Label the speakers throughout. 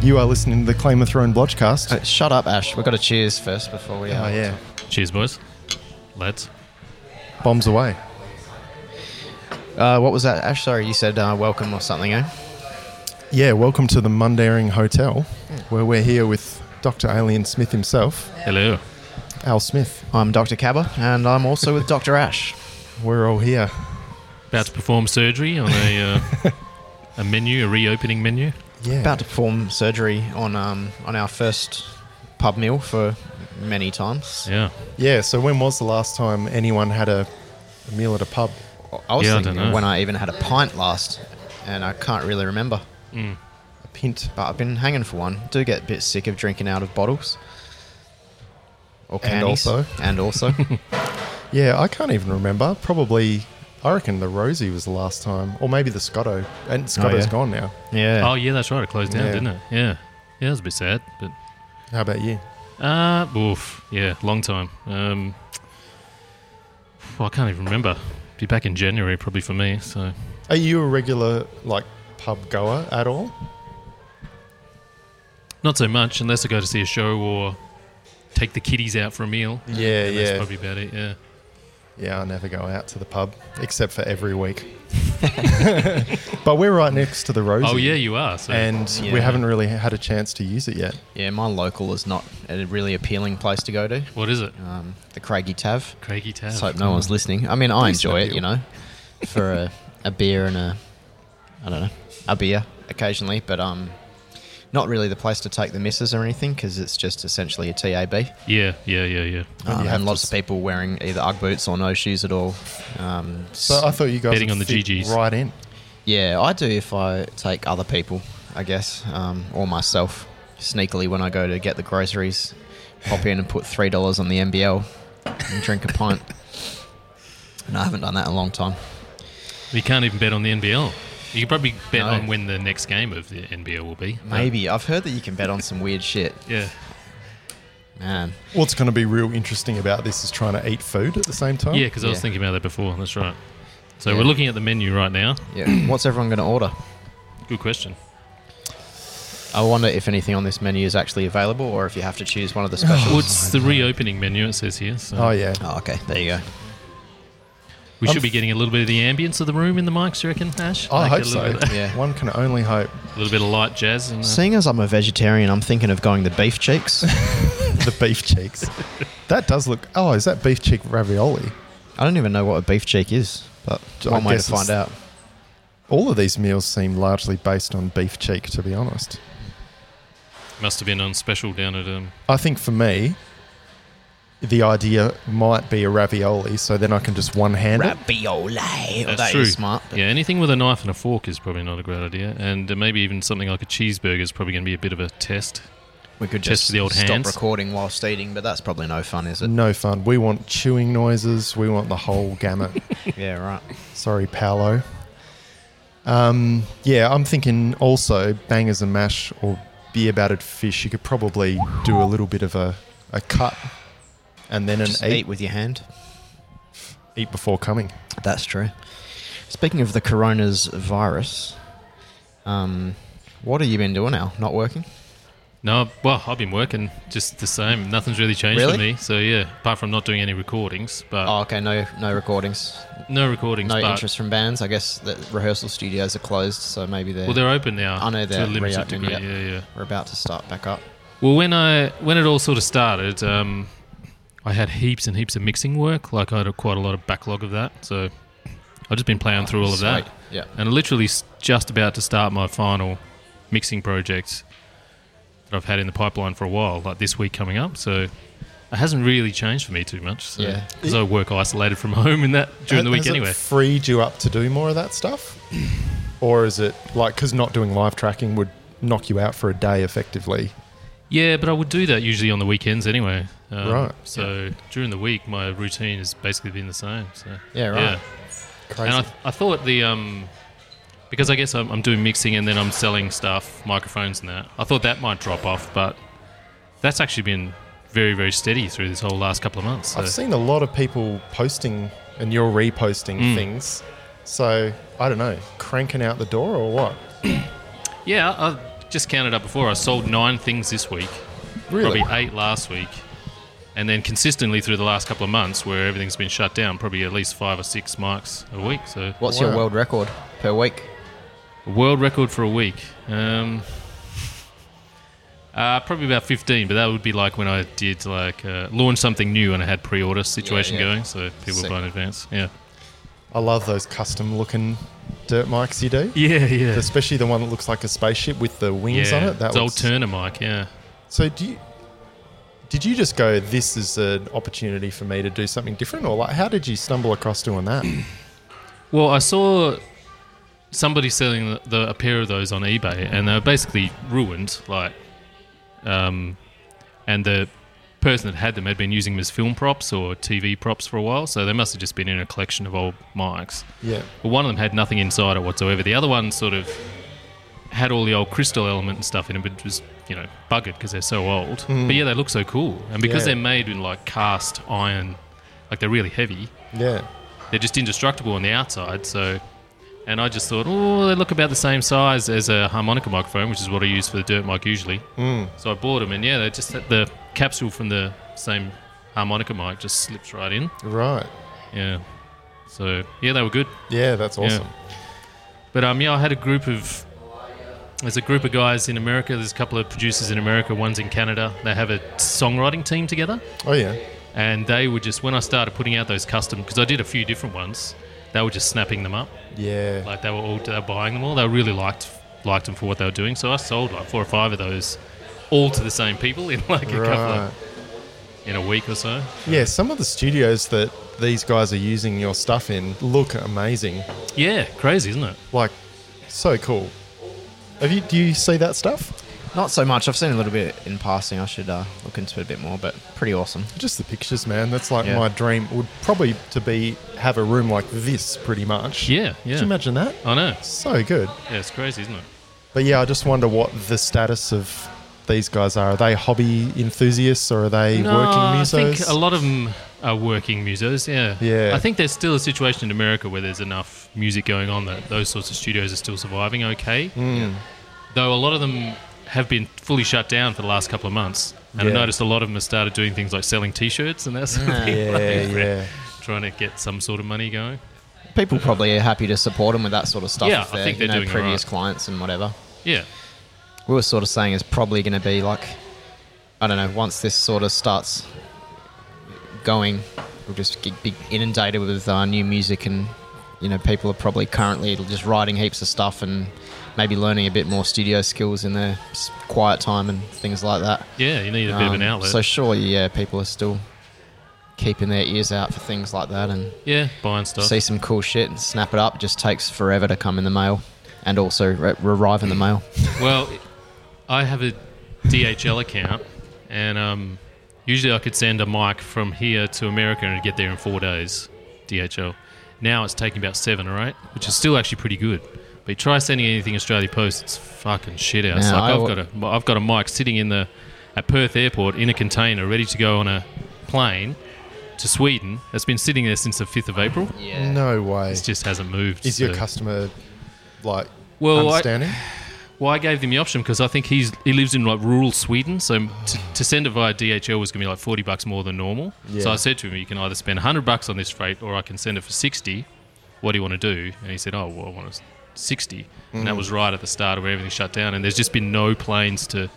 Speaker 1: You are listening to the Claim of Throne Blotchcast.
Speaker 2: Uh, Shut up, Ash. We've got to cheers first before we.
Speaker 1: oh,
Speaker 2: uh,
Speaker 1: yeah.
Speaker 3: Cheers, boys. Let's.
Speaker 1: Bombs away.
Speaker 2: Uh, what was that, Ash? Sorry, you said uh, welcome or something, eh?
Speaker 1: Yeah, welcome to the Mundaring Hotel,
Speaker 2: Hmm.
Speaker 1: where we're here with Dr. Alien Smith himself,
Speaker 3: Hello.
Speaker 1: Al Smith.
Speaker 2: I'm Dr. Cabba, and I'm also with Dr. Ash.
Speaker 1: We're all here.
Speaker 3: About to perform surgery on a uh, a menu, a reopening menu.
Speaker 1: Yeah.
Speaker 2: About to perform surgery on um, on our first pub meal for many times.
Speaker 3: Yeah.
Speaker 1: yeah, so when was the last time anyone had a, a meal at a pub?
Speaker 2: I was
Speaker 3: Yeah, I
Speaker 2: thinking
Speaker 3: dunno.
Speaker 2: when I even had a pint last, and I can't really remember.
Speaker 1: A pint.
Speaker 2: But I've been hanging for one. Do get a bit sick of drinking out of bottles. Or
Speaker 1: And
Speaker 2: candies.
Speaker 1: also.
Speaker 2: And also.
Speaker 1: Yeah, I can't even remember. Probably, I reckon the Rosie was the last time, or maybe the Scotto. And Scotto's
Speaker 2: Oh, yeah.
Speaker 1: gone now.
Speaker 2: yeah.
Speaker 3: Oh yeah, that's right. It closed down,
Speaker 1: Yeah.
Speaker 3: didn't it? Yeah. Yeah, it was a bit sad, but
Speaker 1: How about you?
Speaker 3: uh, oof. Yeah, long time. Um, well, I can't even remember. Be back in January probably for me. So
Speaker 1: Are you a regular like pub goer at all?
Speaker 3: not so much unless I go to see a show or take the kiddies out for a meal.
Speaker 1: Yeah,
Speaker 3: And
Speaker 1: yeah.
Speaker 3: That's probably about it. Yeah.
Speaker 1: Yeah, I never go out to the pub except for every week. but we're right next to the Rosie.
Speaker 3: Oh yeah, you are. So
Speaker 1: and we
Speaker 2: Yeah.
Speaker 1: haven't really had a chance to use it yet.
Speaker 2: Yeah, my local is not a really appealing place to go to.
Speaker 3: what is it?
Speaker 2: Um, the Craigie Tav.
Speaker 3: Craigie Tav.
Speaker 2: Let's hope no one's listening. I mean, I
Speaker 1: Please
Speaker 2: enjoy
Speaker 1: don't
Speaker 2: it, you know, for a, a beer and a, I don't know, a beer occasionally, but um, not really the place to take the misses or anything because it's just essentially a TAB.
Speaker 3: Yeah, yeah, yeah, yeah.
Speaker 2: Um,
Speaker 1: have
Speaker 2: and
Speaker 1: to
Speaker 2: lots of
Speaker 1: s-
Speaker 2: people wearing either UGG boots or no shoes at all. Um,
Speaker 1: So I thought you guys
Speaker 3: Betting
Speaker 1: would
Speaker 3: on the
Speaker 1: fit
Speaker 3: GGs.
Speaker 1: right in.
Speaker 2: yeah, I do if I take other people, I guess, um, or myself sneakily when I go to get the groceries, pop in and put three dollars on the MBL and drink a pint. And I haven't done that in a long time.
Speaker 3: You can't even bet on the NBL. You could probably bet
Speaker 2: No.
Speaker 3: on when the next game of the NBL will be.
Speaker 2: Maybe I've heard that you can bet on some weird shit.
Speaker 3: Yeah.
Speaker 2: Man,
Speaker 1: What's going to be real interesting about this is trying to eat food at the same time.
Speaker 3: Yeah, because I was
Speaker 2: Yeah.
Speaker 3: thinking about that before. That's right. So
Speaker 2: Yeah.
Speaker 3: we're looking at the menu right now.
Speaker 2: yeah. What's everyone going to order?
Speaker 3: Good question.
Speaker 2: I wonder if anything on this menu is actually available, or if you have to choose one of the specials.
Speaker 3: Well, it's Oh, the reopening menu, it says here. So
Speaker 1: Oh yeah.
Speaker 2: Oh, Um, okay. There you go.
Speaker 3: we
Speaker 1: I'm
Speaker 3: should be getting a little bit of the ambience of the room in the mics, you reckon, Ash?
Speaker 1: I
Speaker 3: Like
Speaker 1: hope
Speaker 3: a
Speaker 1: so.
Speaker 3: little Bit,
Speaker 2: Yeah.
Speaker 1: One can only hope.
Speaker 3: a little bit of light jazz. And, uh,
Speaker 2: Seeing as I'm a vegetarian, I'm thinking of going the beef cheeks.
Speaker 1: The beef cheeks. that does look. Oh, is that beef cheek ravioli?
Speaker 2: I don't even know what a beef cheek is, but
Speaker 1: I
Speaker 2: one way to
Speaker 1: guess it's-
Speaker 2: find out.
Speaker 1: All of these meals seem largely based on beef cheek, to be honest.
Speaker 3: must have been on special down at. Um,
Speaker 1: I think for me, the idea might be a ravioli, so then I can just one hand it.
Speaker 2: Ravioli. Well,
Speaker 3: that's
Speaker 2: that
Speaker 3: true.
Speaker 2: is smart. but-
Speaker 3: Yeah, anything with a knife and a fork is probably not a great idea. And uh, maybe even something like a cheeseburger is probably going to be a bit of a test.
Speaker 2: We could
Speaker 3: Test
Speaker 2: just
Speaker 3: the old
Speaker 2: stop
Speaker 3: hands.
Speaker 2: recording whilst eating, but that's probably no fun, is it?
Speaker 1: No fun. We want chewing noises. We want the whole gamut.
Speaker 3: Mm.
Speaker 2: yeah, right.
Speaker 1: Sorry, Paolo. Um, yeah, I'm thinking also bangers and mash or beer battered fish. You could probably do a little bit of a, a cut and then an
Speaker 2: Just
Speaker 1: eat,
Speaker 2: eat with your hand.
Speaker 1: eat before coming.
Speaker 2: That's true. Speaking of the corona's virus, um, what have you been doing now? Not working?
Speaker 3: No, well, I've been working just the same. Nothing's really changed
Speaker 2: Really?
Speaker 3: for me. So yeah, apart from not doing any recordings, but
Speaker 2: Oh, okay. No, no recordings.
Speaker 3: no recordings.
Speaker 2: No
Speaker 3: but,
Speaker 2: interest from bands. I guess the rehearsal studios are closed, so maybe they're,
Speaker 3: Well, they're open now.
Speaker 2: I know
Speaker 3: to
Speaker 2: they're
Speaker 3: a limited
Speaker 2: reopening,
Speaker 3: degree.
Speaker 2: yeah.
Speaker 3: Yeah, yeah.
Speaker 2: we're about to start back up.
Speaker 3: Well, when I when it all sort of started, um, I had heaps and heaps of mixing work. Like I had a, quite a lot of backlog of that, so I've just been plowing through all of that,
Speaker 2: Sweet. Yeah.
Speaker 3: and literally s- just about to start my final mixing project that I've had in the pipeline for a while. Like this week coming up, so it hasn't really changed for me too much. So,
Speaker 2: Yeah.
Speaker 3: because I work isolated from home in that during the
Speaker 1: Ha-
Speaker 3: week
Speaker 1: has it
Speaker 3: anyway.
Speaker 1: freed you up to do more of that stuff? or is it like, because not doing live tracking would knock you out for a day effectively?
Speaker 3: Yeah, but I would do that usually on the weekends anyway. Um,
Speaker 1: Right.
Speaker 3: So during the week, my routine has basically been the same. So
Speaker 2: Yeah, right.
Speaker 1: Crazy.
Speaker 3: And I, I thought the um, because I guess I'm, I'm doing mixing and then I'm selling stuff, microphones and that. I thought that might drop off, but that's actually been very very steady through this whole last couple of months. So.
Speaker 1: I've seen a lot of people posting and you're reposting
Speaker 3: Mm.
Speaker 1: things. So I don't know, cranking out the door or what?
Speaker 3: Yeah, I, just counted up before. I sold nine things this week,
Speaker 1: Really?
Speaker 3: probably eight last week, and then consistently through the last couple of months, where everything's been shut down, probably at least five or six mics a week. So
Speaker 2: What's
Speaker 1: Wow.
Speaker 2: your world record per week?
Speaker 3: World record for a week. Um, uh, probably about 15, but that would be like when I did like uh, launch something new and I had pre-order situation
Speaker 2: yeah.
Speaker 3: going, so people
Speaker 2: Sick.
Speaker 3: buy in advance. Yeah.
Speaker 1: I love those custom looking dirt mics you do.
Speaker 3: Yeah, yeah.
Speaker 1: Especially the one that looks like a spaceship with the wings on it. That
Speaker 3: it's old
Speaker 1: looks-
Speaker 3: Turner mic. Yeah.
Speaker 1: So do you, did you just go? This is an opportunity for me to do something different, or like, how did you stumble across doing that?
Speaker 3: Well, I saw somebody selling the, the, a pair of those on eBay, and they were basically ruined. Like, um, and the person that had them had been using them as film props or TV props for a while, so they must have just been in a collection of old mics.
Speaker 1: yeah,
Speaker 3: Well, one of them had nothing inside it whatsoever. The other one sort of had all the old crystal element and stuff in it, but it was you know buggered because they're so old. But yeah, they look so cool, and because
Speaker 1: Yeah.
Speaker 3: they're made in like cast iron, like they're really heavy,
Speaker 1: yeah,
Speaker 3: they're just indestructible on the outside. So, and I just thought, oh, they look about the same size as a harmonica microphone, which is what I use for the dirt mic usually. Mm. So I bought them, and yeah, they just the capsule from the same harmonica mic just slips right in.
Speaker 1: right,
Speaker 3: Yeah. So yeah, they were good.
Speaker 1: yeah. That's awesome.
Speaker 3: But um, yeah, I had a group of there's a group of guys in America. There's a couple of producers in America. One's in Canada. They have a songwriting team together,
Speaker 1: Oh yeah,
Speaker 3: and they were just when I started putting out those custom because I did a few different ones. They were just snapping them up,
Speaker 1: yeah.
Speaker 3: like they were all they were buying them all. They really liked liked them for what they were doing. So I sold like four or five of those, all to the same people in like a couple
Speaker 1: right.
Speaker 3: of, in a week or so.
Speaker 1: Yeah, some of the studios that these guys are using your stuff in look amazing.
Speaker 3: Yeah, crazy, isn't it?
Speaker 1: Like, so cool. Have you? Do you see that stuff?
Speaker 2: Not so much. I've seen a little bit in passing. I should uh, look into it a bit more, but pretty awesome.
Speaker 1: Just the pictures, man. That's like
Speaker 2: Yeah.
Speaker 1: my dream. Would probably to be have a room like this, pretty much.
Speaker 3: Yeah, yeah.
Speaker 1: Could you imagine that?
Speaker 3: I know.
Speaker 1: So good.
Speaker 3: Yeah, it's crazy, isn't it?
Speaker 1: But yeah, I just wonder what the status of these guys are. Are they hobby enthusiasts or are they working
Speaker 3: I
Speaker 1: musos?
Speaker 3: think a lot of them are working musos. Yeah.
Speaker 1: Yeah.
Speaker 3: I think there's still a situation in America where there's enough music going on that those sorts of studios are still surviving. Okay.
Speaker 1: Hmm.
Speaker 3: Though a lot of them have been fully shut down for the last couple of months, and I
Speaker 1: Yeah.
Speaker 3: noticed a lot of them have started doing things like selling T-shirts and that sort of thing.
Speaker 1: yeah,
Speaker 3: like,
Speaker 1: yeah.
Speaker 3: Trying to get some sort of money going.
Speaker 2: People probably are happy to support them with that sort of stuff.
Speaker 3: Yeah,
Speaker 2: if
Speaker 3: I think
Speaker 2: you
Speaker 3: they're
Speaker 2: know,
Speaker 3: doing
Speaker 2: previous
Speaker 3: alright.
Speaker 2: clients and whatever.
Speaker 3: Yeah.
Speaker 2: We were sort of saying it's probably going to be like, I don't know, once this sort of starts going, we'll just get be inundated with uh, new music and, you know, people are probably currently just writing heaps of stuff and maybe learning a bit more studio skills in their s- quiet time and things like that.
Speaker 3: Yeah. You need a bit of an
Speaker 2: Um,
Speaker 3: outlet.
Speaker 2: So surely, yeah, people are still keeping their ears out for things like that and
Speaker 3: yeah. Buying stuff.
Speaker 2: see some cool shit and snap it up. It just takes forever to come in the mail and also re- arrive in the mail.
Speaker 3: Well, I have a DHL account, and um, usually I could send a mic from here to America and it'd get there in four days. DHL. Now it's taking about seven or eight, which is still actually pretty good. But you try sending anything Australia Post, it's fucking shit out. It's
Speaker 2: Yeah,
Speaker 3: like
Speaker 2: I
Speaker 3: I've
Speaker 2: wa-
Speaker 3: got a I've got a mic sitting in the at Perth Airport in a container ready to go on a plane to Sweden. It's been sitting there since the fifth of April.
Speaker 2: Yeah.
Speaker 1: No way.
Speaker 3: It just hasn't moved.
Speaker 1: Is your
Speaker 3: so-
Speaker 1: customer like
Speaker 3: Well, I-
Speaker 1: understanding?
Speaker 3: Well, I gave him the option because I think he's he lives in like rural Sweden, so to, to send it via DHL was going to be like forty bucks more than normal.
Speaker 1: Yeah.
Speaker 3: So I said to him, "You can either spend hundred bucks on this freight, or I can send it for sixty. What do you want to do?" And he said, "Oh, well, I want to sixty. And
Speaker 1: Mm.
Speaker 3: that was right at the start of where everything shut down, and there's just been no planes to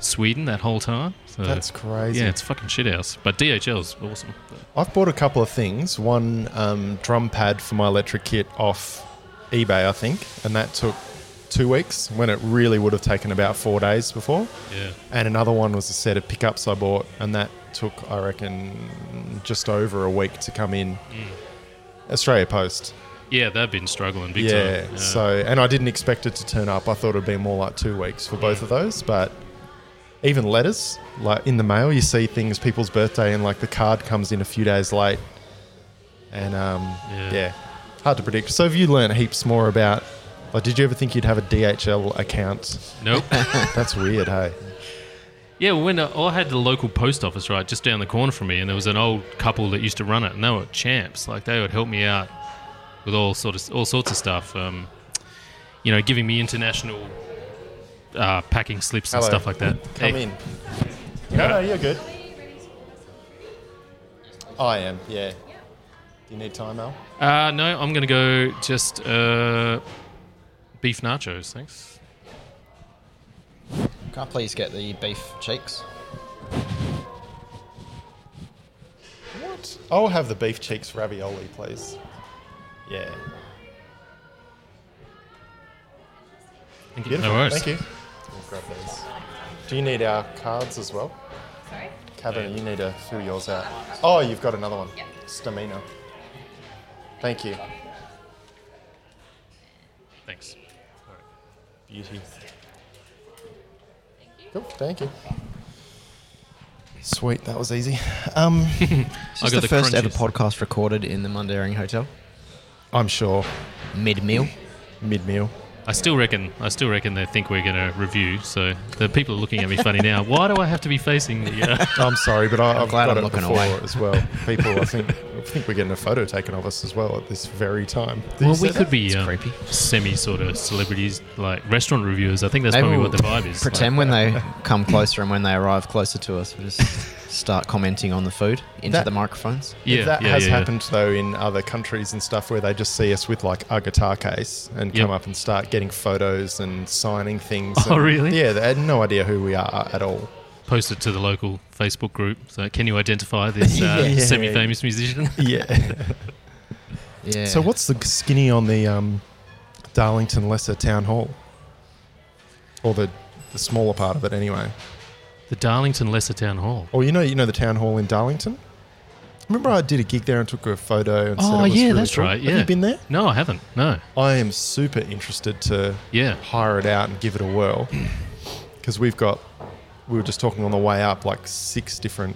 Speaker 3: Sweden that whole time. So
Speaker 1: That's crazy.
Speaker 3: Uh, yeah, it's fucking shit house. But DHL's awesome.
Speaker 1: I've bought a couple of things. One um, drum pad for my electric kit off eBay, I think, and that took two weeks when it really would have taken about four days before.
Speaker 3: Yeah,
Speaker 1: And another one was a set of pickups I bought, and that took, I reckon, just over a week to come in.
Speaker 3: Mm.
Speaker 1: Australia Post.
Speaker 3: yeah, they've been struggling big
Speaker 1: Yeah,
Speaker 3: time.
Speaker 1: So, and I didn't expect it to turn up. I thought it'd be more like two weeks for both of those, but even letters, like in the mail, you see things, people's birthday, and like the card comes in a few days late. And um,
Speaker 3: Yeah.
Speaker 1: yeah. hard to predict. So, have you learned heaps more about? Like, did you ever think you'd have a DHL account?
Speaker 3: nope.
Speaker 1: That's weird, hey.
Speaker 3: Yeah, well, when I, I had the local post office right just down the corner from me, and there was an old couple that used to run it, and they were champs. Like they would help me out with all sort of all sorts of stuff. Um, you know, giving me international uh, packing slips
Speaker 1: Hello.
Speaker 3: and stuff like that.
Speaker 1: Come
Speaker 3: Hey,
Speaker 1: in. No, no, you're good. I am, yeah. Do you need time, Al?
Speaker 3: Uh, no, I'm going to go just uh, beef nachos. Thanks.
Speaker 2: Can I please get the beef cheeks?
Speaker 1: What? I'll have the beef cheeks ravioli, please. Yeah.
Speaker 3: Thank you.
Speaker 1: Beautiful.
Speaker 3: No worries.
Speaker 1: Thank you. We'll grab those. Do you need our cards as well?
Speaker 4: Sorry?
Speaker 1: Kevin, you need to fill yours out. Oh, you've got another one. Stamina. Thank you.
Speaker 3: Thanks. All right.
Speaker 1: Beauty. Cool, thank you. Sweet, that was easy. Um,
Speaker 2: Is
Speaker 3: I
Speaker 2: this
Speaker 3: got
Speaker 2: the,
Speaker 3: the
Speaker 2: first ever
Speaker 3: crunchies.
Speaker 2: podcast recorded in the Mundaring Hotel?
Speaker 1: I'm sure
Speaker 2: Mid meal?
Speaker 1: mid meal.
Speaker 3: I still reckon. I still reckon they think we're going to review. So the people are looking at me funny now. Why do I have to be facing the? Uh,
Speaker 1: I'm sorry, but I, I'm have
Speaker 2: glad
Speaker 1: got
Speaker 2: I'm
Speaker 1: it
Speaker 2: looking
Speaker 1: before
Speaker 2: away.
Speaker 1: as well. People, I think, I think we're getting a photo taken of us as well at this very time. Did you
Speaker 3: well,
Speaker 1: see
Speaker 3: we
Speaker 1: that?
Speaker 3: could be
Speaker 2: It's
Speaker 3: um,
Speaker 2: creepy.
Speaker 3: semi sort of celebrities, like restaurant reviewers. I think that's
Speaker 2: Maybe
Speaker 3: probably
Speaker 2: we'll
Speaker 3: what the vibe is.
Speaker 2: Pretend when they come closer and when they arrive closer to us, we just start commenting on the food into
Speaker 1: That-
Speaker 2: the microphones.
Speaker 3: Like, yeah,
Speaker 1: that
Speaker 3: yeah,
Speaker 1: has
Speaker 3: yeah, yeah.
Speaker 1: happened though in other countries and stuff where they just see us with like a guitar case and
Speaker 3: Yep.
Speaker 1: come up and start getting photos and signing things.
Speaker 3: Oh,
Speaker 1: and-
Speaker 3: really?
Speaker 1: Yeah, they had no idea who we are at all.
Speaker 3: Post it to the local Facebook group. So can you identify this uh,
Speaker 1: Yeah.
Speaker 3: semi-famous musician?
Speaker 1: Yeah.
Speaker 2: Yeah.
Speaker 1: so what's the skinny on the um, Darlington Lesser Town Hall, or the the smaller part of it anyway?
Speaker 3: the Darlington Lesser Town Hall.
Speaker 1: Or Oh, you know, you know the town hall in Darlington. Remember, I did a gig there and took a photo and said it
Speaker 3: Oh
Speaker 1: was
Speaker 3: yeah,
Speaker 1: really
Speaker 3: that's
Speaker 1: cool.
Speaker 3: right. Yeah,
Speaker 1: have you been there?
Speaker 3: No, I haven't. No.
Speaker 1: I am super interested to
Speaker 3: Yeah.
Speaker 1: hire it out and give it a whirl because we've got. We were just talking on the way up, like six different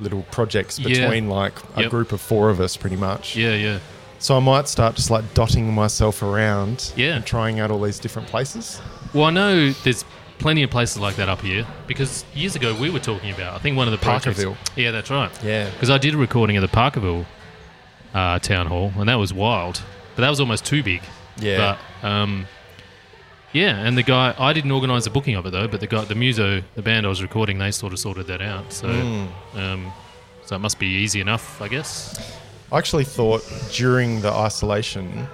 Speaker 1: little projects
Speaker 3: Yeah.
Speaker 1: between like a
Speaker 3: Yep.
Speaker 1: group of four of us, pretty much.
Speaker 3: Yeah, yeah.
Speaker 1: So I might start just like dotting myself around
Speaker 3: Yeah.
Speaker 1: and trying out all these different places.
Speaker 3: Well, I know there's plenty of places like that up here because years ago we were talking about. I think one of the projects-
Speaker 1: Parkerville.
Speaker 3: Yeah, that's right.
Speaker 1: Yeah.
Speaker 3: Because I did a recording of the Parkerville uh, town hall, and that was wild. But that was almost too big.
Speaker 1: Yeah.
Speaker 3: But um, yeah, and the guy I didn't organise the booking of it though, but the guy, the muso, the band I was recording, they sort of sorted that out. So,
Speaker 2: Hmm.
Speaker 3: um, so it must be easy enough, I guess.
Speaker 1: I actually thought during the isolation,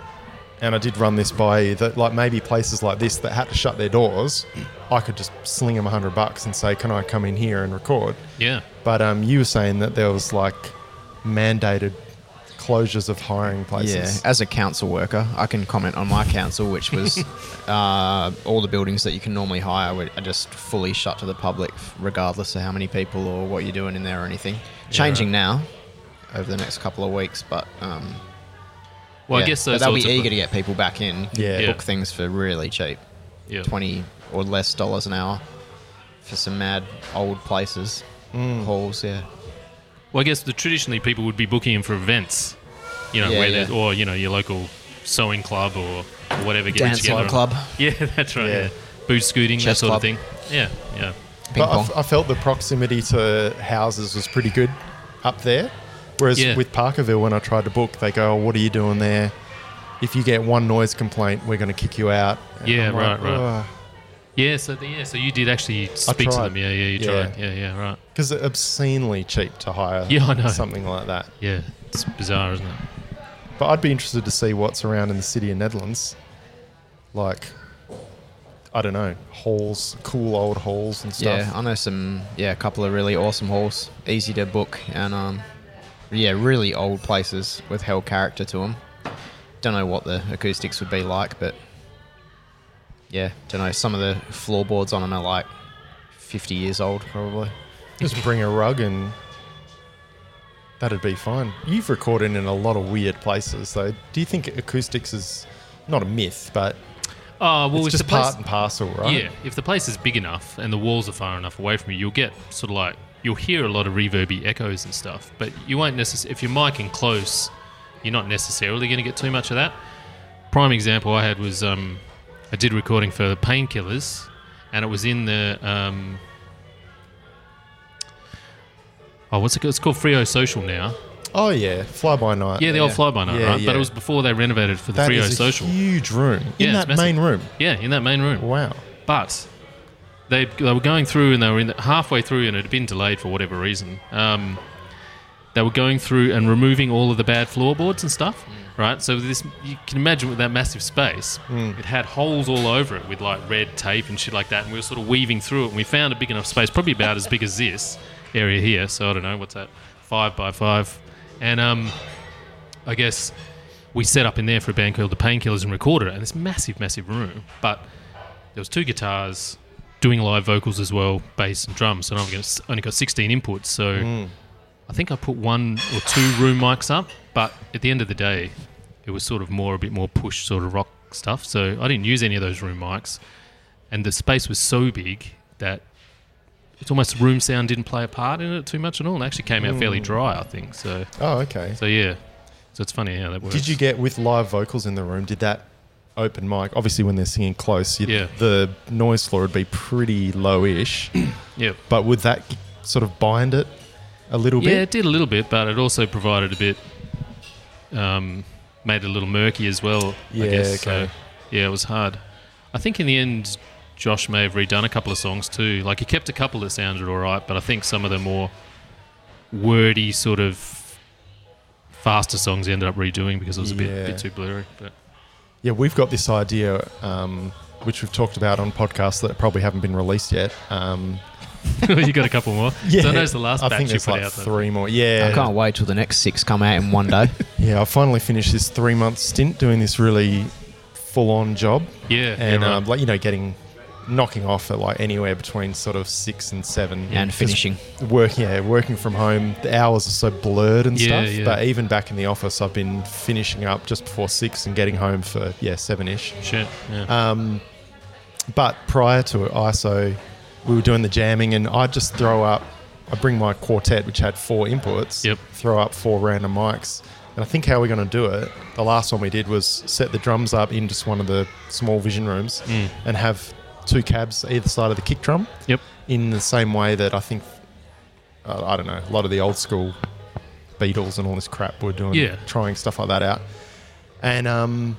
Speaker 1: and I did run this by you, that like maybe places like this that had to shut their doors, I could just sling them a hundred bucks and say, "Can I come in here and record?"
Speaker 3: Yeah.
Speaker 1: But um, you were saying that there was like mandated closures of hiring
Speaker 2: Yeah,
Speaker 1: places.
Speaker 2: as a council worker, I can comment on my council, which was uh, all the buildings that you can normally hire were- are just fully shut to the public, regardless of how many people or what you're doing in there or anything. Changing now over the next couple of weeks, but um,
Speaker 3: Well,
Speaker 2: yeah,
Speaker 3: I guess
Speaker 2: but
Speaker 3: those
Speaker 2: they'll be
Speaker 3: sorts of-
Speaker 2: eager to get people back in.
Speaker 1: Yeah.
Speaker 3: Yeah.
Speaker 2: book things for really cheap,
Speaker 3: yeah.
Speaker 2: twenty or less dollars an hour for some mad old places,
Speaker 1: Mm.
Speaker 2: halls. Yeah,
Speaker 3: Well, I guess the traditionally people would be booking him for events, you know,
Speaker 2: Yeah,
Speaker 3: where
Speaker 2: yeah.
Speaker 3: there's or you know your local sewing club or, or whatever getting
Speaker 2: dance
Speaker 3: together.
Speaker 2: hall club.
Speaker 3: Yeah, that's right.
Speaker 1: Yeah.
Speaker 3: Yeah, boot scooting
Speaker 2: Chess
Speaker 3: that
Speaker 2: club.
Speaker 3: sort of thing. Yeah, yeah,
Speaker 2: Ping
Speaker 1: but I,
Speaker 2: pong.
Speaker 1: f- I felt the proximity to houses was pretty good up there. Whereas
Speaker 3: Yeah.
Speaker 1: with Parkerville, when I tried to book, they go, oh, "What are you doing there? If you get one noise complaint, we're going to kick you out." And
Speaker 3: Yeah,
Speaker 1: I'm like,
Speaker 3: right, right.
Speaker 1: "Ugh."
Speaker 3: yeah. So the, yeah, so you did actually speak to
Speaker 1: tried.
Speaker 3: them. Yeah, yeah, you
Speaker 1: Yeah.
Speaker 3: tried. Yeah, yeah, right.
Speaker 1: Because it's obscenely cheap to hire
Speaker 3: Yeah, I know.
Speaker 1: something like that.
Speaker 3: Yeah, it's bizarre, isn't it?
Speaker 1: But I'd be interested to see what's around in the city of Netherlands. Like, I don't know, halls, cool old halls and stuff.
Speaker 2: Yeah, I know some. Yeah, a couple of really awesome halls, easy to book, and um, yeah, really old places with hell character to them. Don't know what the acoustics would be like, but yeah, don't know. Some of the floorboards on them are like 50 years old, probably.
Speaker 1: Just bring a rug and that'd be fine. You've recorded in a lot of weird places, though. Do you think acoustics is not a myth, but
Speaker 3: Oh, well,
Speaker 1: it's
Speaker 3: if
Speaker 1: just
Speaker 3: the place,
Speaker 1: part and parcel, right?
Speaker 3: Yeah, if the place is big enough and the walls are far enough away from you, you'll get sort of like you'll hear a lot of reverby echoes and stuff. But you won't necessarily if you're micing close, you're not necessarily going to get too much of that. Prime example I had was um, I did recording for the Painkillers, and it was in the um, oh, what's it called? It's called Frio Social now.
Speaker 1: Oh, yeah. Fly by night.
Speaker 3: Yeah, the old
Speaker 2: Yeah.
Speaker 3: fly by night,
Speaker 1: Yeah,
Speaker 3: right? But
Speaker 1: yeah.
Speaker 3: it was before they renovated for the
Speaker 1: That
Speaker 3: Frio
Speaker 1: is a
Speaker 3: Social.
Speaker 1: huge room.
Speaker 3: Yeah,
Speaker 1: in
Speaker 3: it's
Speaker 1: that
Speaker 3: massive.
Speaker 1: main room.
Speaker 3: yeah, in that main room.
Speaker 1: Wow.
Speaker 3: But they, they were going through and they were in the, halfway through and it had been delayed for whatever reason. Um, they were going through and removing all of the bad floorboards and stuff, right? So this you can imagine with that massive space, it had holes all over it with like red tape and shit like that. And we were sort of weaving through it. And we found a big enough space, probably about as big as this area here. So I don't know what's that, five by five, and um, I guess we set up in there for a band called The Painkillers and recorded it. And this massive, massive room, but there was two guitars doing live vocals as well, bass and drums. And I've got- only got 16 inputs, so
Speaker 1: Hmm.
Speaker 3: I think I put one or two room mics up. But at the end of the day, it was sort of more a bit more push sort of rock stuff. So I didn't use any of those room mics, and the space was so big that. It's almost room sound didn't play a part in it too much at all, and actually came out
Speaker 1: Hmm.
Speaker 3: fairly dry, I think. So
Speaker 1: Oh, okay.
Speaker 3: so yeah, so it's funny how that works.
Speaker 1: Did you get with live vocals in the room? Did that open mic? Obviously, when they're singing close, you,
Speaker 3: Yeah.
Speaker 1: the noise floor would be pretty low-ish.
Speaker 3: Yeah,
Speaker 1: but would that sort of bind it a little
Speaker 3: yeah,
Speaker 1: bit?
Speaker 3: it did a little bit, but it also provided a bit, um, made it a little murky as well. I
Speaker 1: Yeah,
Speaker 3: guess.
Speaker 1: okay.
Speaker 3: So, yeah, it was hard. I think in the end, Josh may have redone a couple of songs too. Like he kept a couple that sounded all right, but I think some of the more wordy sort of faster songs he ended up redoing because it was a bit,
Speaker 1: Yeah.
Speaker 3: bit too blurry. But
Speaker 1: Yeah, we've got this idea, um, which we've talked about on podcasts that probably haven't been released yet. Um,
Speaker 3: you got a couple more. so I know it's the last
Speaker 1: I
Speaker 3: batch
Speaker 1: think
Speaker 3: you
Speaker 1: there's
Speaker 3: put
Speaker 1: like
Speaker 3: out. though.
Speaker 1: three more. Yeah,
Speaker 2: I can't wait till the next six come out in one day.
Speaker 1: yeah. I finally finished this three-month stint doing this really full-on job,
Speaker 3: Yeah,
Speaker 1: and
Speaker 3: yeah, right.
Speaker 1: um, like you know, getting knocking off at like anywhere between sort of six and seven,
Speaker 2: And
Speaker 1: Just
Speaker 2: finishing.
Speaker 1: Work, yeah, working from home. The hours are so blurred and
Speaker 3: Yeah,
Speaker 1: stuff.
Speaker 3: yeah.
Speaker 1: But even back in the office, I've been finishing up just before six and getting home for yeah seven ish.
Speaker 3: Shit, yeah.
Speaker 1: Um, but prior to ISO, we were doing the jamming, and I just throw up. I bring my quartet, which had four inputs.
Speaker 3: Yep.
Speaker 1: Throw up four random mics, and I think how we're going to do it. The last one we did was set the drums up in just one of the small vision rooms,
Speaker 3: Mm.
Speaker 1: and have two cabs either side of the kick drum.
Speaker 3: Yep.
Speaker 1: In the same way that I think, uh, I don't know, a lot of the old school Beatles and all this crap were doing,
Speaker 3: Yeah.
Speaker 1: trying stuff like that out, and um,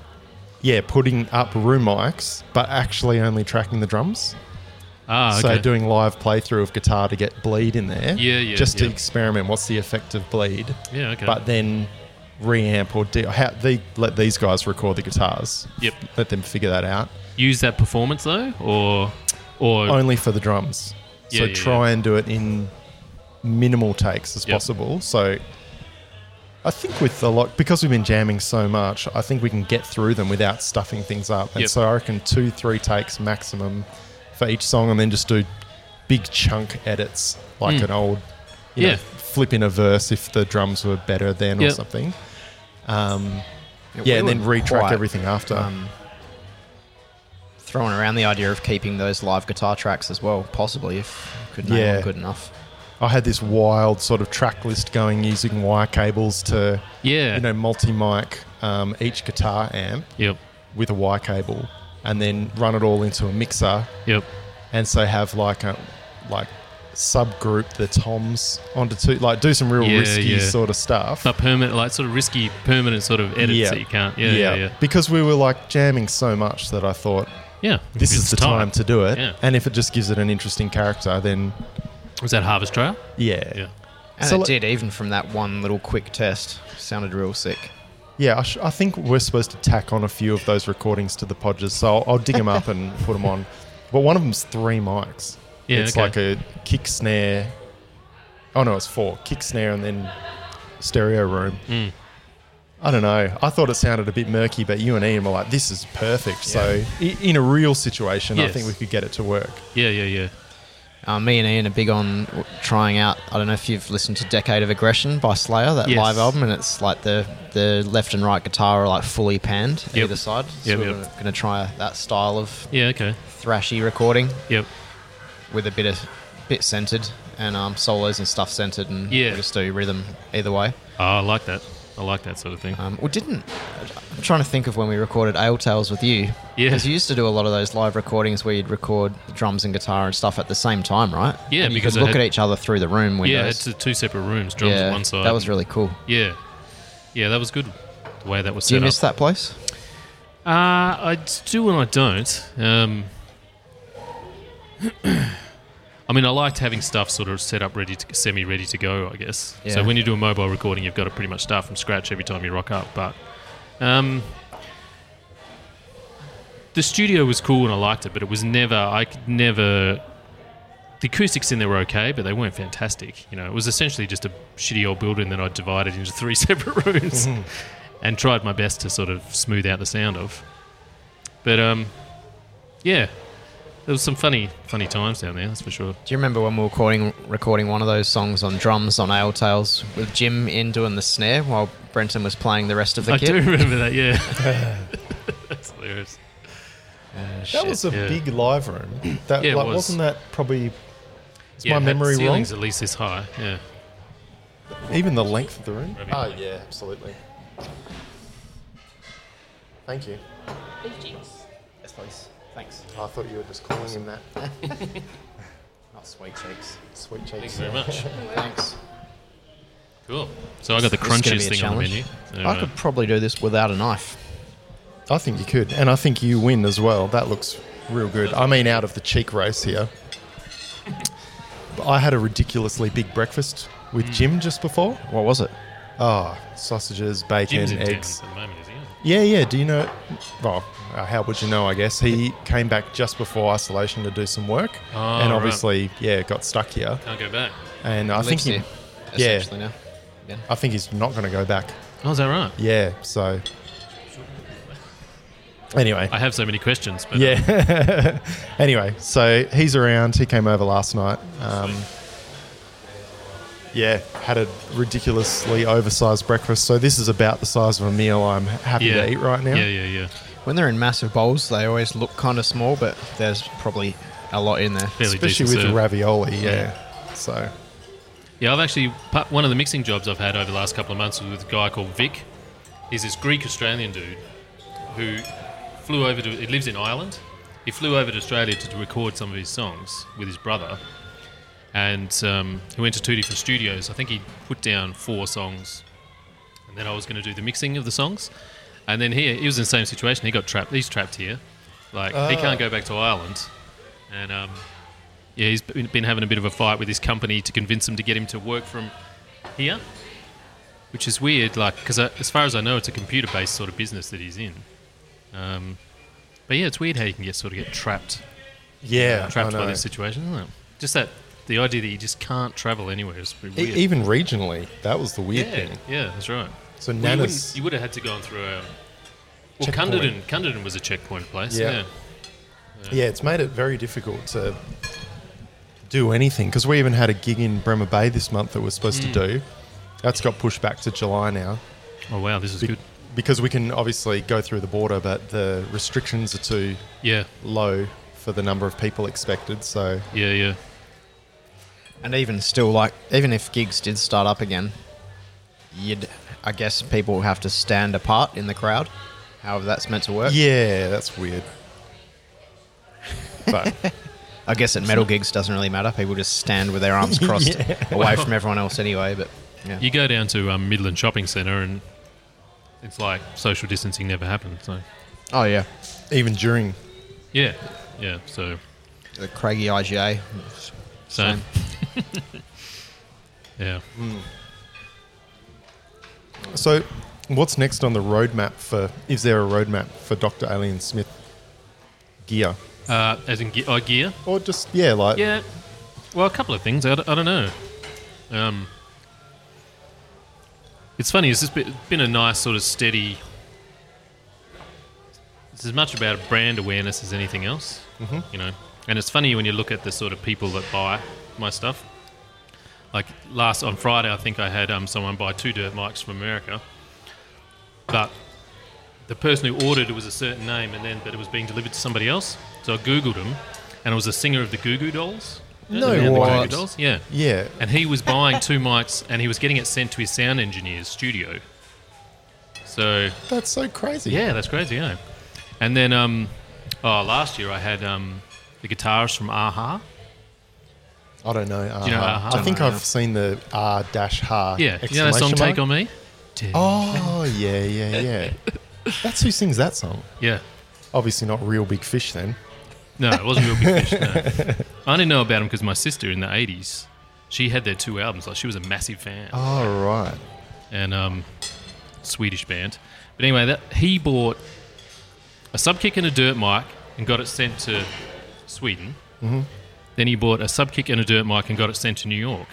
Speaker 1: yeah, putting up room mics, but actually only tracking the drums.
Speaker 3: ah, okay.
Speaker 1: So doing live playthrough of guitar to get bleed in there.
Speaker 3: Yeah, yeah,
Speaker 1: Just
Speaker 3: yeah.
Speaker 1: to experiment. What's the effect of bleed?
Speaker 3: yeah, okay.
Speaker 1: But then reamp or de- how they let these guys record the guitars.
Speaker 3: Yep.
Speaker 1: Let them figure that out.
Speaker 3: use that performance though, or or
Speaker 1: Only for the drums.
Speaker 3: Yeah,
Speaker 1: so
Speaker 3: yeah,
Speaker 1: try and do it in minimal takes as
Speaker 3: Yep.
Speaker 1: possible. So I think with a lot because we've been jamming so much, I think we can get through them without stuffing things up. And
Speaker 3: Yep.
Speaker 1: so I reckon two, three takes maximum for each song, and then just do big chunk edits like
Speaker 3: Mm.
Speaker 1: an old, you
Speaker 3: Yeah.
Speaker 1: know, flip in a verse if the drums were better then or
Speaker 3: Yep.
Speaker 1: something. Um, yeah, and then retrack
Speaker 2: quite,
Speaker 1: everything after.
Speaker 2: Um, throwing around the idea of keeping those live guitar tracks as well, possibly if you could nail
Speaker 1: Yeah.
Speaker 2: them good enough.
Speaker 1: I had this wild sort of track list going using wire cables to
Speaker 3: yeah,
Speaker 1: you know, multi mic um, each guitar amp
Speaker 3: yep,
Speaker 1: with a Y cable, and then run it all into a mixer,
Speaker 3: yep,
Speaker 1: and so have like a like subgroup the toms onto two, like do some real
Speaker 3: Yeah,
Speaker 1: risky
Speaker 3: yeah.
Speaker 1: sort of stuff.
Speaker 3: but permanent, like sort of risky, permanent sort of edits
Speaker 1: Yeah.
Speaker 3: that you can't. Yeah, yeah, yeah.
Speaker 1: Because we were like jamming so much that I thought
Speaker 3: yeah.
Speaker 1: this
Speaker 3: It's
Speaker 1: is the time. to do it,
Speaker 3: Yeah.
Speaker 1: and if it just gives it an interesting character, then
Speaker 3: Was that Harvest Trail?
Speaker 1: yeah,
Speaker 3: Yeah,
Speaker 2: And
Speaker 1: So
Speaker 2: it
Speaker 1: let-
Speaker 2: did, even from that one little quick test. Sounded real sick.
Speaker 1: Yeah, I, sh- I think we're supposed to tack on a few of those recordings to the podges, so I'll, I'll dig them up and put them on. But one of them's three mics.
Speaker 3: Yeah,
Speaker 1: it's
Speaker 3: okay.
Speaker 1: like a kick snare. Oh no, it's four kick snare and then stereo room.
Speaker 3: Hmm.
Speaker 1: I don't know. I thought it sounded a bit murky, but you and Ian were like, "This is perfect." So, i- in a real situation, I
Speaker 3: Yes.
Speaker 1: think we could get it to work.
Speaker 3: yeah, yeah, yeah.
Speaker 2: Uh, me and Ian are big on w- trying out. I don't know if you've listened to Decade of Aggression by Slayer, that
Speaker 3: Yes.
Speaker 2: live album, and it's like the the left and right guitar are like fully panned
Speaker 3: Yep.
Speaker 2: either side. So
Speaker 3: Yep,
Speaker 2: we're
Speaker 3: yep.
Speaker 2: going to try that style of
Speaker 3: Yeah, okay.
Speaker 2: thrashy recording
Speaker 3: Yep.
Speaker 2: with a bit of bit centered and um, solos and stuff centered, and
Speaker 3: Yeah.
Speaker 2: we'll just do rhythm either way.
Speaker 3: Oh, I like that. I like that sort of thing.
Speaker 2: Um, well, didn't I'm trying to think of when we recorded Ale Tales with you.
Speaker 3: Yeah.
Speaker 2: because you used to do a lot of those live recordings where you'd record drums and guitar and stuff at the same time, right?
Speaker 3: Yeah,
Speaker 2: and you
Speaker 3: because
Speaker 2: could
Speaker 3: I
Speaker 2: look
Speaker 3: had-
Speaker 2: at each other through the room windows.
Speaker 3: yeah, it's uh, two separate rooms, drums on one side.
Speaker 2: That was really cool.
Speaker 3: yeah, yeah. That was good. The way that was
Speaker 2: Do you
Speaker 3: set up.
Speaker 2: miss that place?
Speaker 3: Uh, I do and I don't. Um, I mean, I liked having stuff sort of set up ready, to, semi ready to go. I guess.
Speaker 2: Yeah.
Speaker 3: So when you do a mobile recording, you've got to pretty much start from scratch every time you rock up. But um, the studio was cool and I liked it, but it was never. I could never. The acoustics in there were okay, but they weren't fantastic. You know, it was essentially just a shitty old building that I divided into three separate rooms and tried my best to sort of smooth out the sound of. But um, yeah, there was some funny, funny times down there. That's for sure.
Speaker 2: Do you remember when we were recording, recording one of those songs on drums on Ale Tales with Jim in doing the snare while Brenton was playing the rest of the
Speaker 3: I
Speaker 2: kit?
Speaker 3: do remember that. Yeah, that's hilarious.
Speaker 2: Uh, shit.
Speaker 1: That was a
Speaker 3: yeah.
Speaker 1: big live room. That
Speaker 3: Yeah, it
Speaker 1: like,
Speaker 3: was.
Speaker 1: wasn't that probably is
Speaker 3: yeah,
Speaker 1: my
Speaker 3: it had
Speaker 1: memory wrong?
Speaker 3: ceilings at least this high. Yeah,
Speaker 1: Even the length of the room?
Speaker 3: Rubbing
Speaker 1: Oh
Speaker 3: it.
Speaker 1: yeah, absolutely. Thank you.
Speaker 2: Yes, please. Thanks.
Speaker 1: I thought you were just calling him that.
Speaker 2: Not sweet cheeks.
Speaker 1: Sweet
Speaker 3: thank
Speaker 1: cheeks.
Speaker 3: you very much.
Speaker 2: Thanks.
Speaker 3: Cool. So I got the
Speaker 2: This is gonna
Speaker 3: crunches
Speaker 2: be a
Speaker 3: thing on the
Speaker 2: challenge.
Speaker 3: menu. So,
Speaker 2: I
Speaker 3: uh,
Speaker 2: could probably do this without a knife.
Speaker 1: I think you could, and I think you win as well. That looks real good. I mean, out of the cheek race here. I had a ridiculously big breakfast with
Speaker 3: Hmm.
Speaker 1: Jim just before.
Speaker 2: What was it?
Speaker 1: Ah, sausages, bacon,
Speaker 3: Jim's in town
Speaker 1: eggs.
Speaker 3: at the moment, is he?
Speaker 1: Yeah, yeah. Do you know? Well, uh, how would you know? I guess he came back just before isolation to do some work,
Speaker 3: Oh,
Speaker 1: and
Speaker 3: right.
Speaker 1: obviously, yeah, got stuck here.
Speaker 3: Can't go back.
Speaker 1: And I think
Speaker 2: Lives
Speaker 1: he,
Speaker 2: there,
Speaker 1: yeah.
Speaker 2: essentially now. Yeah.
Speaker 1: I think he's not going to go back.
Speaker 3: Oh, is that right?
Speaker 1: Yeah. So, anyway,
Speaker 3: I have so many questions, but uh, yeah.
Speaker 1: yeah. anyway, so he's around. He came over last night. Um, yeah, had a ridiculously oversized breakfast. So this is about the size of a meal I'm happy
Speaker 3: yeah,
Speaker 1: to eat right now.
Speaker 3: Yeah, yeah, yeah.
Speaker 2: When they're in massive bowls, they always look kind of small, but there's probably a lot in there.
Speaker 3: Fairly
Speaker 1: Especially
Speaker 3: decent
Speaker 1: with
Speaker 3: serve.
Speaker 1: ravioli. yeah. So.
Speaker 3: Yeah, I've actually part- one of the mixing jobs I've had over the last couple of months was with a guy called Vic. He's this Greek Australian dude who flew over to. He lives in Ireland. He flew over to Australia to, to record some of his songs with his brother, and um, he went to two different studios. I think he put down four songs, and then I was going to do the mixing of the songs. And then here, he was in the same situation. He got trapped. He's trapped here, like he
Speaker 1: Ah.
Speaker 3: can't go back to Ireland, and. Um, yeah, he's been been having a bit of a fight with his company to convince him to get him to work from here, which is weird. Like, because as far as I know, it's a computer-based sort of business that he's in. Um, but yeah, it's weird how you can get sort of get trapped,
Speaker 1: Yeah,
Speaker 3: trapped
Speaker 1: I
Speaker 3: by
Speaker 1: know.
Speaker 3: this situation, isn't it? Just that the idea that you just can't travel anywhere is pretty
Speaker 1: E-
Speaker 3: weird.
Speaker 1: even regionally, that was the weird
Speaker 3: yeah,
Speaker 1: thing.
Speaker 3: yeah, that's right.
Speaker 1: So
Speaker 3: Well, you,
Speaker 1: Nana's,
Speaker 3: wouldn't- you would have had to go on through a. Well,
Speaker 1: Checkpoint.
Speaker 3: Cunderdon, Cunderdon was a checkpoint place.
Speaker 1: Yeah.
Speaker 3: Yeah.
Speaker 1: yeah, it's made it very difficult to do anything because we even had a gig in Bremer Bay this month that we're supposed
Speaker 3: Mm.
Speaker 1: to do. That's got pushed back to July now
Speaker 3: Oh wow, this is
Speaker 1: be-
Speaker 3: good.
Speaker 1: because we can obviously go through the border, but the restrictions are too
Speaker 3: Yeah,
Speaker 1: low for the number of people expected. So
Speaker 3: yeah, yeah.
Speaker 2: And even still, like, even if gigs did start up again, you'd, I guess, people would have to stand apart in the crowd, however that's meant to work.
Speaker 1: yeah, that's weird. But
Speaker 2: I guess at metal gigs doesn't really matter. People just stand with their arms crossed away from everyone else anyway, but yeah.
Speaker 3: You go down to um, Midland Shopping Centre and it's like social distancing never happened. So
Speaker 2: oh, yeah.
Speaker 1: even during
Speaker 3: yeah, yeah. So
Speaker 2: The Craigie IGA.
Speaker 3: so
Speaker 2: Same.
Speaker 3: yeah.
Speaker 1: So, what's next on the roadmap for? Is there a roadmap for Doctor Alien Smith gear,
Speaker 3: Uh, as in ge- oh, gear.
Speaker 1: or just yeah, like
Speaker 3: Yeah. Well, a couple of things. I, d- I don't know. Um, it's funny. It's just be- been a nice sort of steady. It's as much about brand awareness as anything else, mm-hmm. you know. And it's funny when you look at the sort of people that buy my stuff. Like last on Friday, I think I had um, someone buy two dirt mics from America, but the person who ordered it was a certain name, and then but it was being delivered to somebody else. So I googled him, and it was a singer of the Goo Goo Dolls.
Speaker 1: No
Speaker 3: Yeah, the Goo
Speaker 1: way.
Speaker 3: Goo Dolls, yeah.
Speaker 1: yeah,
Speaker 3: And he was buying two mics, and he was getting it sent to his sound engineer's studio. So
Speaker 1: that's so crazy.
Speaker 3: yeah, that's crazy, yeah. And then, um, oh, last year I had um, the guitarist from Aha.
Speaker 1: I don't know. Uh,
Speaker 3: you know, uh,
Speaker 1: I think
Speaker 2: don't know.
Speaker 1: I've seen the R dash ha.
Speaker 3: Yeah, you know that song
Speaker 1: exclamation
Speaker 3: "Take on
Speaker 1: mark?
Speaker 3: Me."
Speaker 1: Oh yeah, yeah, yeah. that's who sings that song.
Speaker 3: Yeah,
Speaker 1: Obviously not real big fish then.
Speaker 3: No, it wasn't real big fish. No. I only know about them because my sister in the '80s, she had their two albums. Like she was a massive fan.
Speaker 1: Oh, right.
Speaker 3: and um, Swedish band. But anyway, that he bought a sub kick and a dirt mic and got it sent to Sweden. Mm-hmm. Then he bought a sub kick and a dirt mic and got it sent to New York.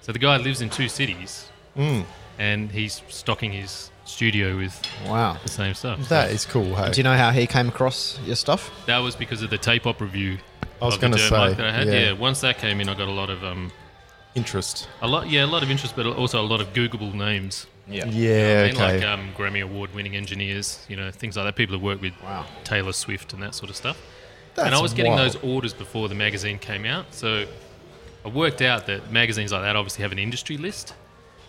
Speaker 3: So the guy lives in two cities,
Speaker 1: Mm.
Speaker 3: and he's stocking his studio with
Speaker 2: Wow.
Speaker 3: the same stuff.
Speaker 1: That is cool, hey?
Speaker 2: Do you know how he came across your stuff?
Speaker 3: That was because of the tape op review.
Speaker 1: I was
Speaker 3: of the
Speaker 1: going to
Speaker 3: dirt
Speaker 1: say.
Speaker 3: mic that I had.
Speaker 1: yeah,
Speaker 3: yeah, once that came in, I got a lot of um,
Speaker 1: Interest.
Speaker 3: a lot, yeah, a lot of interest, but also a lot of Googleable names.
Speaker 2: Yeah.
Speaker 1: Yeah,
Speaker 3: I
Speaker 1: okay.
Speaker 3: mean, like um, Grammy Award winning engineers, you know, things like that. People who work with
Speaker 2: Wow.
Speaker 3: Taylor Swift and that sort of stuff.
Speaker 1: That's
Speaker 3: uh, and I was getting
Speaker 1: wild.
Speaker 3: those orders before the magazine came out. So I worked out that magazines like that obviously have an industry list.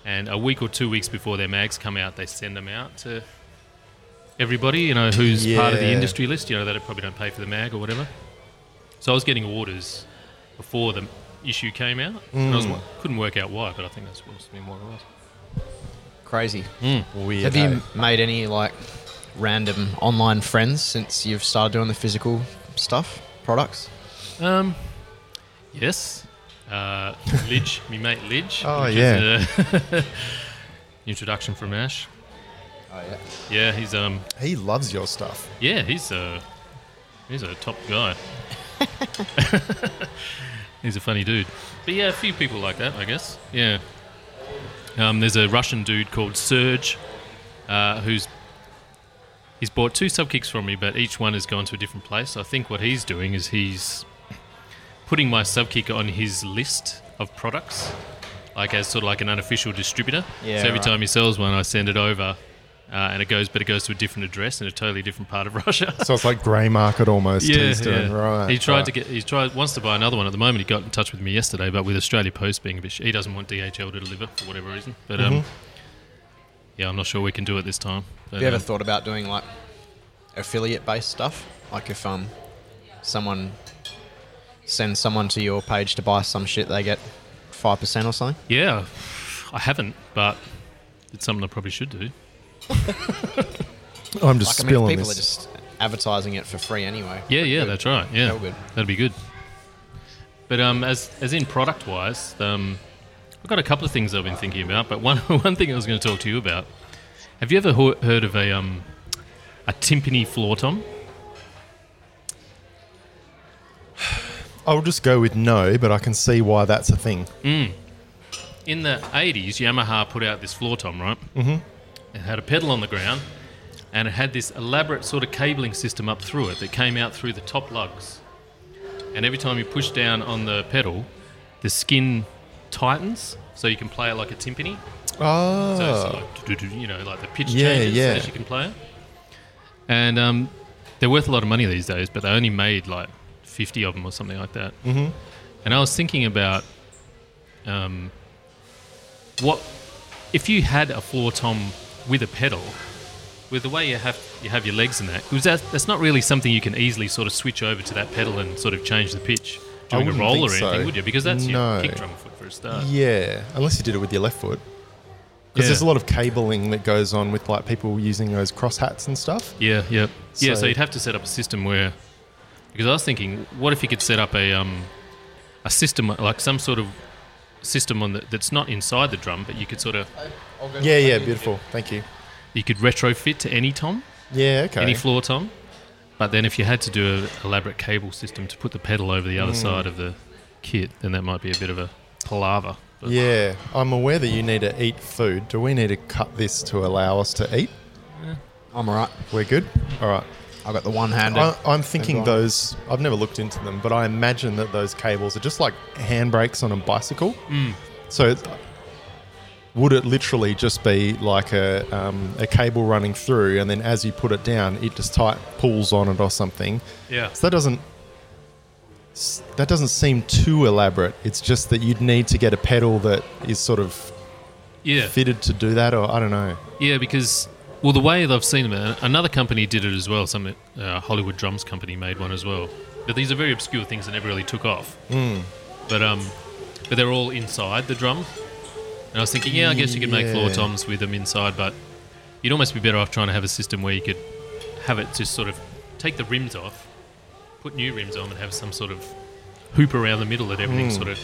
Speaker 3: And a week or two weeks before their mags come out, they send them out to everybody, you know, who's part of the
Speaker 1: Yeah.
Speaker 3: industry list, you know, that probably don't pay for the mag or whatever. So I was getting orders before the issue came out. And
Speaker 1: Hmm.
Speaker 3: I was, couldn't work out why, but I think that's must have been what it was.
Speaker 2: Crazy.
Speaker 1: Weird.
Speaker 2: Have you
Speaker 1: hey?
Speaker 2: made any like random online friends since you've started doing the physical stuff, products?
Speaker 3: Um, yes. Uh, Lidge, me mate Lidge.
Speaker 1: Oh,
Speaker 3: which is,
Speaker 1: yeah.
Speaker 3: uh, introduction from Ash.
Speaker 2: Oh yeah.
Speaker 3: Yeah, he's um,
Speaker 1: He loves your stuff.
Speaker 3: yeah, he's a he's a top guy. he's a funny dude. But yeah, a few people like that, I guess. Yeah. Um, there's a Russian dude called Serge, uh, who's he's bought two sub kicks from me, but each one has gone to a different place. I think what he's doing is he's putting my sub kick on his list of products, like as sort of like an unofficial distributor.
Speaker 2: Yeah,
Speaker 3: so every
Speaker 2: right.
Speaker 3: time he sells one, I send it over, uh, and it goes, but it goes to a different address in a totally different part of Russia.
Speaker 1: So it's like grey market almost. Yeah, he's doing. Right.
Speaker 3: He tried
Speaker 1: right.
Speaker 3: to get. He tried wants to buy another one at the moment. He got in touch with me yesterday, but with Australia Post being a bit, sh- he doesn't want DHL to deliver for whatever reason. But um, yeah, I'm not sure we can do it this time. But,
Speaker 2: Have you ever
Speaker 3: um,
Speaker 2: thought about doing like affiliate based stuff? Like if um someone sends someone to your page to buy some shit, they get five percent or something.
Speaker 3: yeah, I haven't, but it's something I probably should do.
Speaker 1: I'm just
Speaker 2: Like I mean,
Speaker 1: spilling
Speaker 2: people
Speaker 1: this.
Speaker 2: are just advertising it for free anyway.
Speaker 3: Yeah, yeah, that's right. Yeah,
Speaker 2: That'll be-
Speaker 3: that'd be good. But um, as as in product wise, um, I've got a couple of things I've been thinking about. But one one thing I was going to talk to you about. Have you ever ho- heard of a um, a timpani floor tom?
Speaker 1: I'll just go with no, but I can see why that's a thing.
Speaker 3: in the 80s, Yamaha put out this floor tom, right? Mm-hmm. It had a pedal on the ground and it had this elaborate sort of cabling system up through it that came out through the top lugs. And every time you push down on the pedal, the skin tightens so you can play it like a timpani.
Speaker 1: Oh,
Speaker 3: So it's like, do-do-do, you know, like the pitch
Speaker 1: Yeah,
Speaker 3: changes
Speaker 1: yeah.
Speaker 3: as you can play it. And um, they're worth a lot of money these days, but they only made like 50 of them or something like that. Mm-hmm. And I was thinking about um, what if you had a floor tom with a pedal, with the way you have you have your legs in that, because that, that's not really something you can easily sort of switch over to that pedal and sort of change the pitch during a
Speaker 1: wouldn't
Speaker 3: roll or
Speaker 1: think
Speaker 3: anything,
Speaker 1: so.
Speaker 3: would you? Because that's
Speaker 1: No.
Speaker 3: your kick drum foot for a start.
Speaker 1: yeah. Unless you did it with your left foot, because
Speaker 3: Yeah.
Speaker 1: there's a lot of cabling that goes on with like people using those cross hats and stuff.
Speaker 3: Yeah, yeah, yeah. So
Speaker 1: So-
Speaker 3: you'd have to set up a system where, because I was thinking, what if you could set up a um, a system like some sort of system on the, that's not inside the drum, but you could sort of
Speaker 1: Yeah, yeah, beautiful. Thank you.
Speaker 3: you could retrofit to any tom,
Speaker 1: Yeah, okay.
Speaker 3: any floor tom. But then if you had to do an elaborate cable system to put the pedal over the other
Speaker 1: Mm.
Speaker 3: side of the kit, then that might be a bit of a palaver. But
Speaker 1: yeah, I'm aware that you need to eat food. Do we need to cut this to allow us to eat?
Speaker 2: I'm alright.
Speaker 1: We're good. All right.
Speaker 2: I got the one handed.
Speaker 1: I, I'm thinking
Speaker 2: Everyone.
Speaker 1: those. I've never looked into them, but I imagine that those cables are just like handbrakes on a bicycle.
Speaker 3: Mm.
Speaker 1: So, it's- would it literally just be like a um, a cable running through, and then as you put it down, it just tight pulls on it or something?
Speaker 3: yeah,
Speaker 1: So that doesn't s- that doesn't seem too elaborate. It's just that you'd need to get a pedal that is sort of
Speaker 3: yeah.
Speaker 1: fitted to do that, or I don't know.
Speaker 3: Yeah, because well, the way they've seen them, uh, another company did it as well. Some uh, Hollywood Drums Company made one as well. But these are very obscure things that never really took off. Mm. But um, but they're all inside the drum. And I was thinking, yeah, I guess you could make floor
Speaker 1: Yeah.
Speaker 3: toms with them inside, but you'd almost be better off trying to have a system where you could have it just sort of take the rims off, put new rims on and have some sort of hoop around the middle that everything sort of.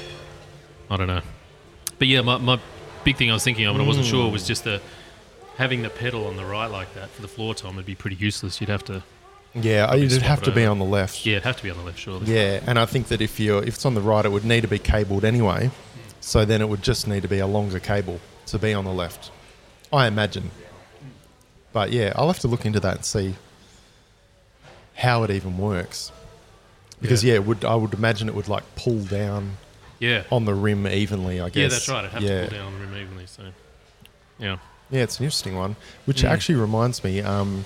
Speaker 3: I don't know. But yeah, my, my big thing I was thinking of, and I wasn't sure, was just the having the pedal on the right like that for the floor tom would be pretty useless. You'd have to,
Speaker 1: Yeah, it'd
Speaker 3: swap
Speaker 1: have
Speaker 3: it
Speaker 1: to be
Speaker 3: over.
Speaker 1: on the left.
Speaker 3: yeah, it'd have to be on the left, surely.
Speaker 1: Yeah, and I think that if you are if it's on the right, it would need to be cabled anyway. So then it would just need to be a longer cable to be on the left, I imagine. But yeah, I'll have to look into that and see how it even works. Because yeah,
Speaker 3: Yeah.
Speaker 1: it would I would imagine it would like pull down
Speaker 3: Yeah.
Speaker 1: on the rim evenly. I guess.
Speaker 3: Yeah, that's right. It'd have
Speaker 1: Oh, yeah.
Speaker 3: to pull down on the rim evenly. So, yeah.
Speaker 1: Yeah, it's an interesting one, which
Speaker 3: Mm.
Speaker 1: actually reminds me. Um,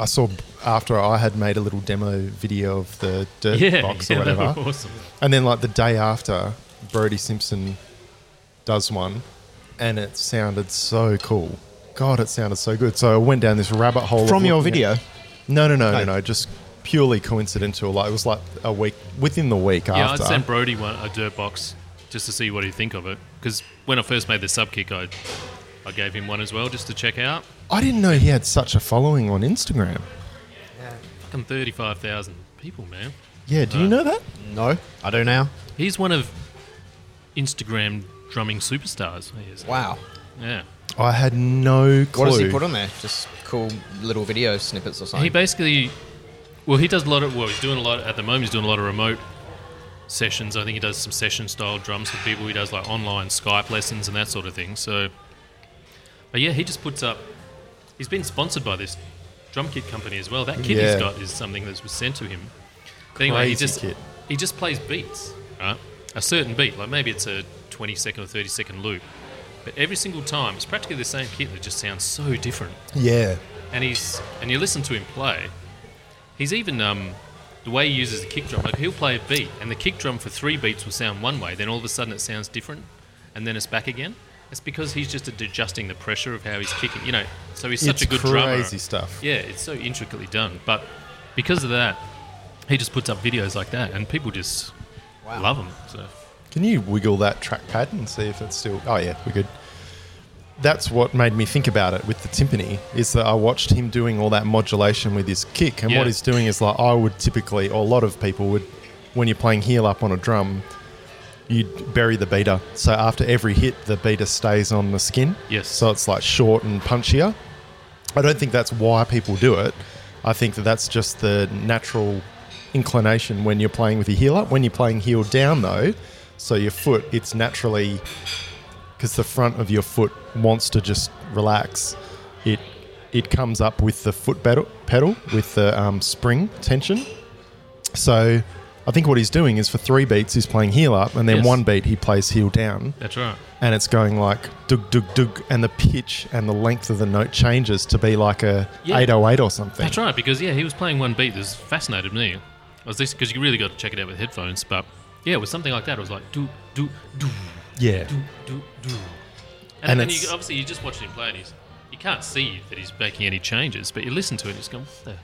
Speaker 1: I saw after I had made a little demo video of the dirt
Speaker 3: yeah,
Speaker 1: box
Speaker 3: yeah,
Speaker 1: or
Speaker 3: they were
Speaker 1: whatever.
Speaker 3: awesome.
Speaker 1: And then, like the day after, Brody Simpson does one, and it sounded so cool. God, it sounded so good. So I went down this rabbit hole of
Speaker 2: From your
Speaker 1: looking
Speaker 2: video.
Speaker 1: at- no, no, no, no,
Speaker 2: Oh.
Speaker 1: no. Just purely coincidental. Like it was like a week within the week
Speaker 3: Yeah, I'd
Speaker 1: after.
Speaker 3: send Brody one a dirt box just to see what he'd think of it. Because when I first made the sub kick, I I gave him one as well just to check out.
Speaker 1: I didn't know he had such a following on Instagram.
Speaker 3: Fucking thirty-five thousand people, man.
Speaker 1: Yeah, do you know that?
Speaker 2: No, I do now.
Speaker 3: He's one of Instagram drumming superstars. He is.
Speaker 2: Wow.
Speaker 3: Yeah.
Speaker 1: I had no clue.
Speaker 2: What does he put on there? Just cool little video snippets or
Speaker 3: He
Speaker 2: something.
Speaker 3: basically, well, he does a lot of. Well, he's doing a lot at the moment. He's doing a lot of remote sessions. I think he does some session style drums for people. He does like online Skype lessons and that sort of thing. So, but yeah, he just puts up. He's been sponsored by this drum kit company as well. That kit
Speaker 1: Yeah.
Speaker 3: he's got is something that was sent to him. But anyway, he
Speaker 1: Crazy
Speaker 3: just
Speaker 1: kit.
Speaker 3: he just plays beats, right? A certain beat, like maybe it's a twenty second or thirty second loop. But every single time, it's practically the same kit. and It just sounds so different
Speaker 1: Yeah.
Speaker 3: and he's and you listen to him play. He's even um, the way he uses the kick drum. Like he'll play a beat, and the kick drum for three beats will sound one way. Then all of a sudden it sounds different, and then it's back again. It's because he's just adjusting the pressure of how he's kicking. You know, so he's
Speaker 1: it's
Speaker 3: such a good
Speaker 1: crazy
Speaker 3: drummer.
Speaker 1: stuff.
Speaker 3: Yeah, it's so intricately done. But because of that, he just puts up videos like that, and people just love him. So
Speaker 1: Can you wiggle that trackpad and see if it's still? Oh yeah, we're good. That's what made me think about it with the timpani is that I watched him doing all that modulation with his kick, and
Speaker 3: Yeah.
Speaker 1: what he's doing is like I would typically, or a lot of people would, when you're playing heel up on a drum, you'd bury the beater. So after every hit, the beater stays on the skin.
Speaker 3: Yes.
Speaker 1: So it's like short and punchier. I don't think that's why people do it. I think that that's just the natural inclination when you're playing with your heel up. When you're playing heel down, though, so your foot, it's naturally because the front of your foot wants to just relax. It it comes up with the foot pedal, pedal with the um, spring tension. So I think what he's doing is for three beats, he's playing heel up, and then
Speaker 3: Yes.
Speaker 1: one beat he plays heel down
Speaker 3: that's right.
Speaker 1: and it's going like dug dug dug and the pitch and the length of the note changes to be like a
Speaker 3: Yeah.
Speaker 1: 808 or something
Speaker 3: That's right, because yeah, he was playing one beat. This fascinated me. I was listening because you really got to check it out with headphones. But yeah, it was something like that. It was like do do do
Speaker 1: yeah
Speaker 3: do do do,
Speaker 1: And
Speaker 3: and, and
Speaker 1: it's-
Speaker 3: you, obviously you just watch him play, and he's you can't see that he's making any changes, but you listen to it, and you just go, what the,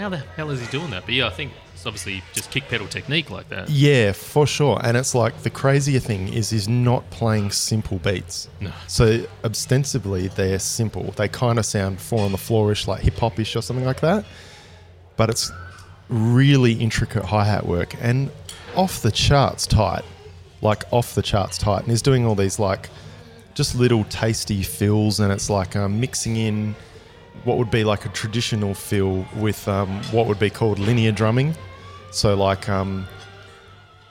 Speaker 3: how the hell is he doing that? But yeah, I think it's obviously just kick pedal technique like that.
Speaker 1: yeah for sure and it's like the crazier thing is he's not playing simple beats
Speaker 3: No.
Speaker 1: so ostensibly they're simple they kind of sound four on the floorish like hip-hop-ish or something like that but it's really intricate hi-hat work and off the charts tight like off the charts tight and he's doing all these like just little tasty fills and it's like um, mixing in what would be like a traditional fill with um, what would be called linear drumming so like um,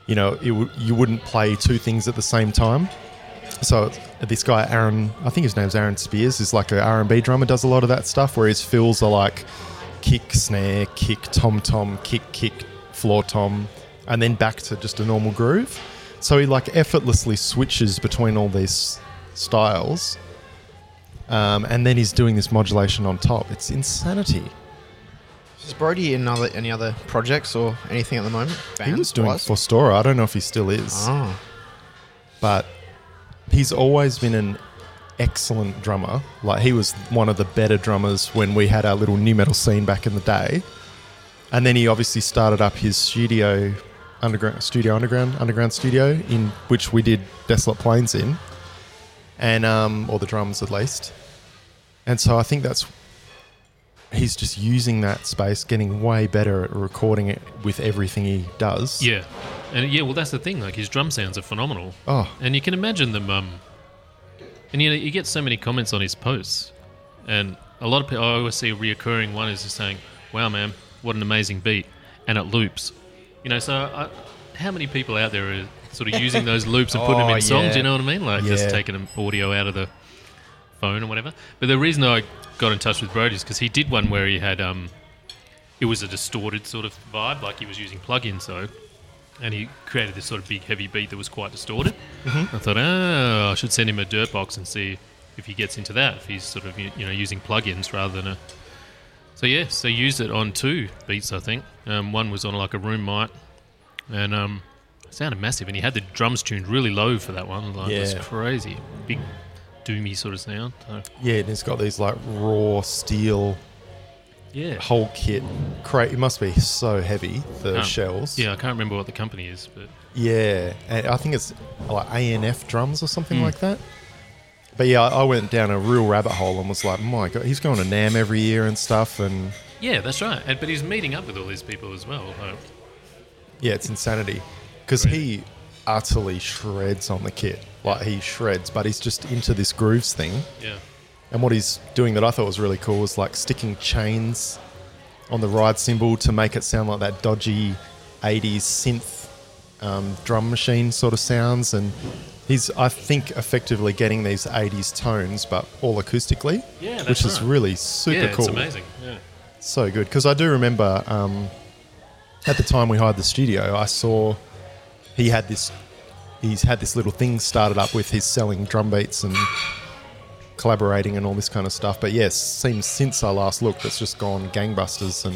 Speaker 1: you know it w- you wouldn't play two things at the same time so it's- this guy Aaron, I think his name's Aaron Spears, is like a R&B drummer. Does a lot of that stuff where his fills are like kick, snare, kick, tom tom, kick, kick, floor tom, and then back to just a normal groove. So he like effortlessly switches between all these styles, um, and then he's doing this modulation on top. It's insanity.
Speaker 2: Is Brody in other, any other projects or anything at the moment?
Speaker 1: he was doing
Speaker 2: Band-wise?
Speaker 1: Forstora. I don't know if he still is.
Speaker 2: Oh,
Speaker 1: but he's always been an excellent drummer. Like he was one of the better drummers when we had our little new metal scene back in the day. And then he obviously started up his studio underground studio underground underground studio in which we did Desolate Plains in. And um or the drums at least. And so I think that's he's just using that space, getting way better at recording it with everything he does.
Speaker 3: Yeah, and yeah, well, that's the thing. Like his drum sounds are phenomenal,
Speaker 1: Oh,
Speaker 3: and you can imagine them. Um, and you know, you get so many comments on his posts, and a lot of people. I always see a reoccurring one is just saying, "Wow, man, what an amazing beat," and it loops. You know, so I, how many people out there are sort of using those loops and putting them
Speaker 2: Oh,
Speaker 3: in songs?
Speaker 2: yeah.
Speaker 3: You know what I mean? Like
Speaker 1: Yeah.
Speaker 3: just taking an audio out of the phone or whatever. But the reason I got in touch with Brody is because he did one where he had um, it was a distorted sort of vibe, like he was using plugins though, and he created this sort of big heavy beat that was quite distorted. I thought, oh, I should send him a dirt box and see if he gets into that. If he's sort of you you know using plugins rather than a. So yeah, so he used it on two beats, I think. Um, one was on like a room mic, and um, it sounded massive. And he had the drums tuned really low for that one. Like, It was
Speaker 1: Yeah.
Speaker 3: crazy, big doomy sort of sound. So,
Speaker 1: yeah, and he's got these like raw steel
Speaker 3: yeah.
Speaker 1: whole kit. Crate. It must be so heavy the
Speaker 3: Um,
Speaker 1: shells.
Speaker 3: Yeah, I can't remember what the company is, but
Speaker 1: Yeah, and I think it's like ANF drums or something like that. But yeah, I I went down a real rabbit hole and was like, my god, he's going to Nam every year and stuff, and
Speaker 3: yeah, that's right. And, but he's meeting up with all these people as well. Like,
Speaker 1: yeah, it's insanity because he utterly shreds on the kit, like he shreds, but he's just into this grooves thing.
Speaker 3: yeah,
Speaker 1: And what he's doing that I thought was really cool was like sticking chains on the ride cymbal to make it sound like that dodgy 80s synth um, drum machine sort of sounds. And he's, I think, effectively getting these 80s tones, but all acoustically,
Speaker 3: Yeah, that's
Speaker 1: which is
Speaker 3: right.
Speaker 1: really super
Speaker 3: yeah,
Speaker 1: cool.
Speaker 3: it's amazing. Yeah,
Speaker 1: So good. Because I do remember um, at the time we hired the studio, I saw he had this. He's had this little thing started up with his selling drum beats and collaborating and all this kind of stuff. But yes, seems since I last looked, it's just gone gangbusters and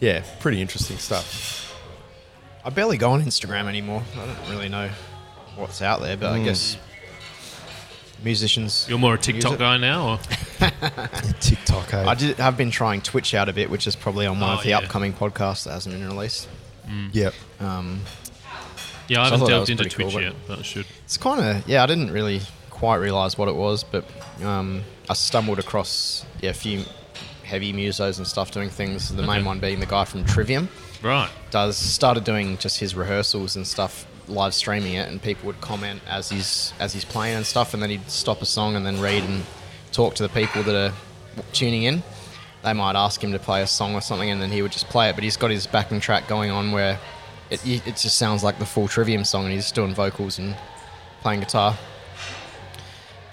Speaker 1: yeah, pretty interesting stuff.
Speaker 2: I barely go on Instagram anymore. I don't really know what's out there, but
Speaker 1: Hmm.
Speaker 2: I guess musicians.
Speaker 3: you're more a
Speaker 2: Use
Speaker 3: TikTok
Speaker 2: it.
Speaker 3: guy now, or
Speaker 1: TikTok, eh?
Speaker 2: I did, have been trying Twitch out a bit, which is probably on one
Speaker 3: Oh,
Speaker 2: of the
Speaker 3: yeah.
Speaker 2: upcoming podcasts that hasn't been released.
Speaker 1: yep.
Speaker 2: Um,
Speaker 3: yeah,
Speaker 2: So
Speaker 3: I
Speaker 2: I thought
Speaker 3: haven't
Speaker 2: that
Speaker 3: delved
Speaker 2: was
Speaker 3: into
Speaker 2: pretty cool,
Speaker 3: Twitch
Speaker 2: but-
Speaker 3: yet, but I should.
Speaker 2: It's kind of yeah. I didn't really quite realize what it was, but um, I stumbled across yeah, a few heavy musos and stuff doing things. The
Speaker 3: Okay.
Speaker 2: main one being the guy from Trivium
Speaker 3: Right.
Speaker 2: does started doing just his rehearsals and stuff live streaming it, and people would comment as he's as he's playing and stuff, and then he'd stop a song and then read and talk to the people that are tuning in. They might ask him to play a song or something, and then he would just play it. But he's got his backing track going on where it, it just sounds like the full Trivium song, and he's doing vocals and playing guitar.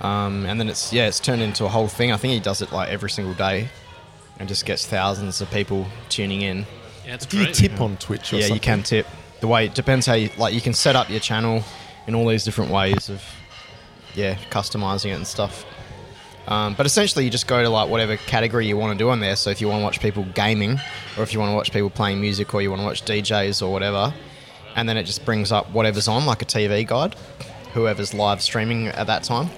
Speaker 2: Um, and then it's yeah, it's turned into a whole thing. I think he does it like every single day, and just gets thousands of people tuning in.
Speaker 3: Yeah, it's
Speaker 1: Do you
Speaker 3: crazy.
Speaker 1: tip on Twitch? Or
Speaker 2: Yeah,
Speaker 1: something?
Speaker 2: you can tip. The way it depends how you like. You can set up your channel in all these different ways of yeah, customizing it and stuff. Um, but essentially, you just go to like whatever category you want to do on there. So if you want to watch people gaming, or if you want to watch people playing music, or you want to watch DJs or whatever, and then it just brings up whatever's on, like a TV guide, whoever's live streaming at that time.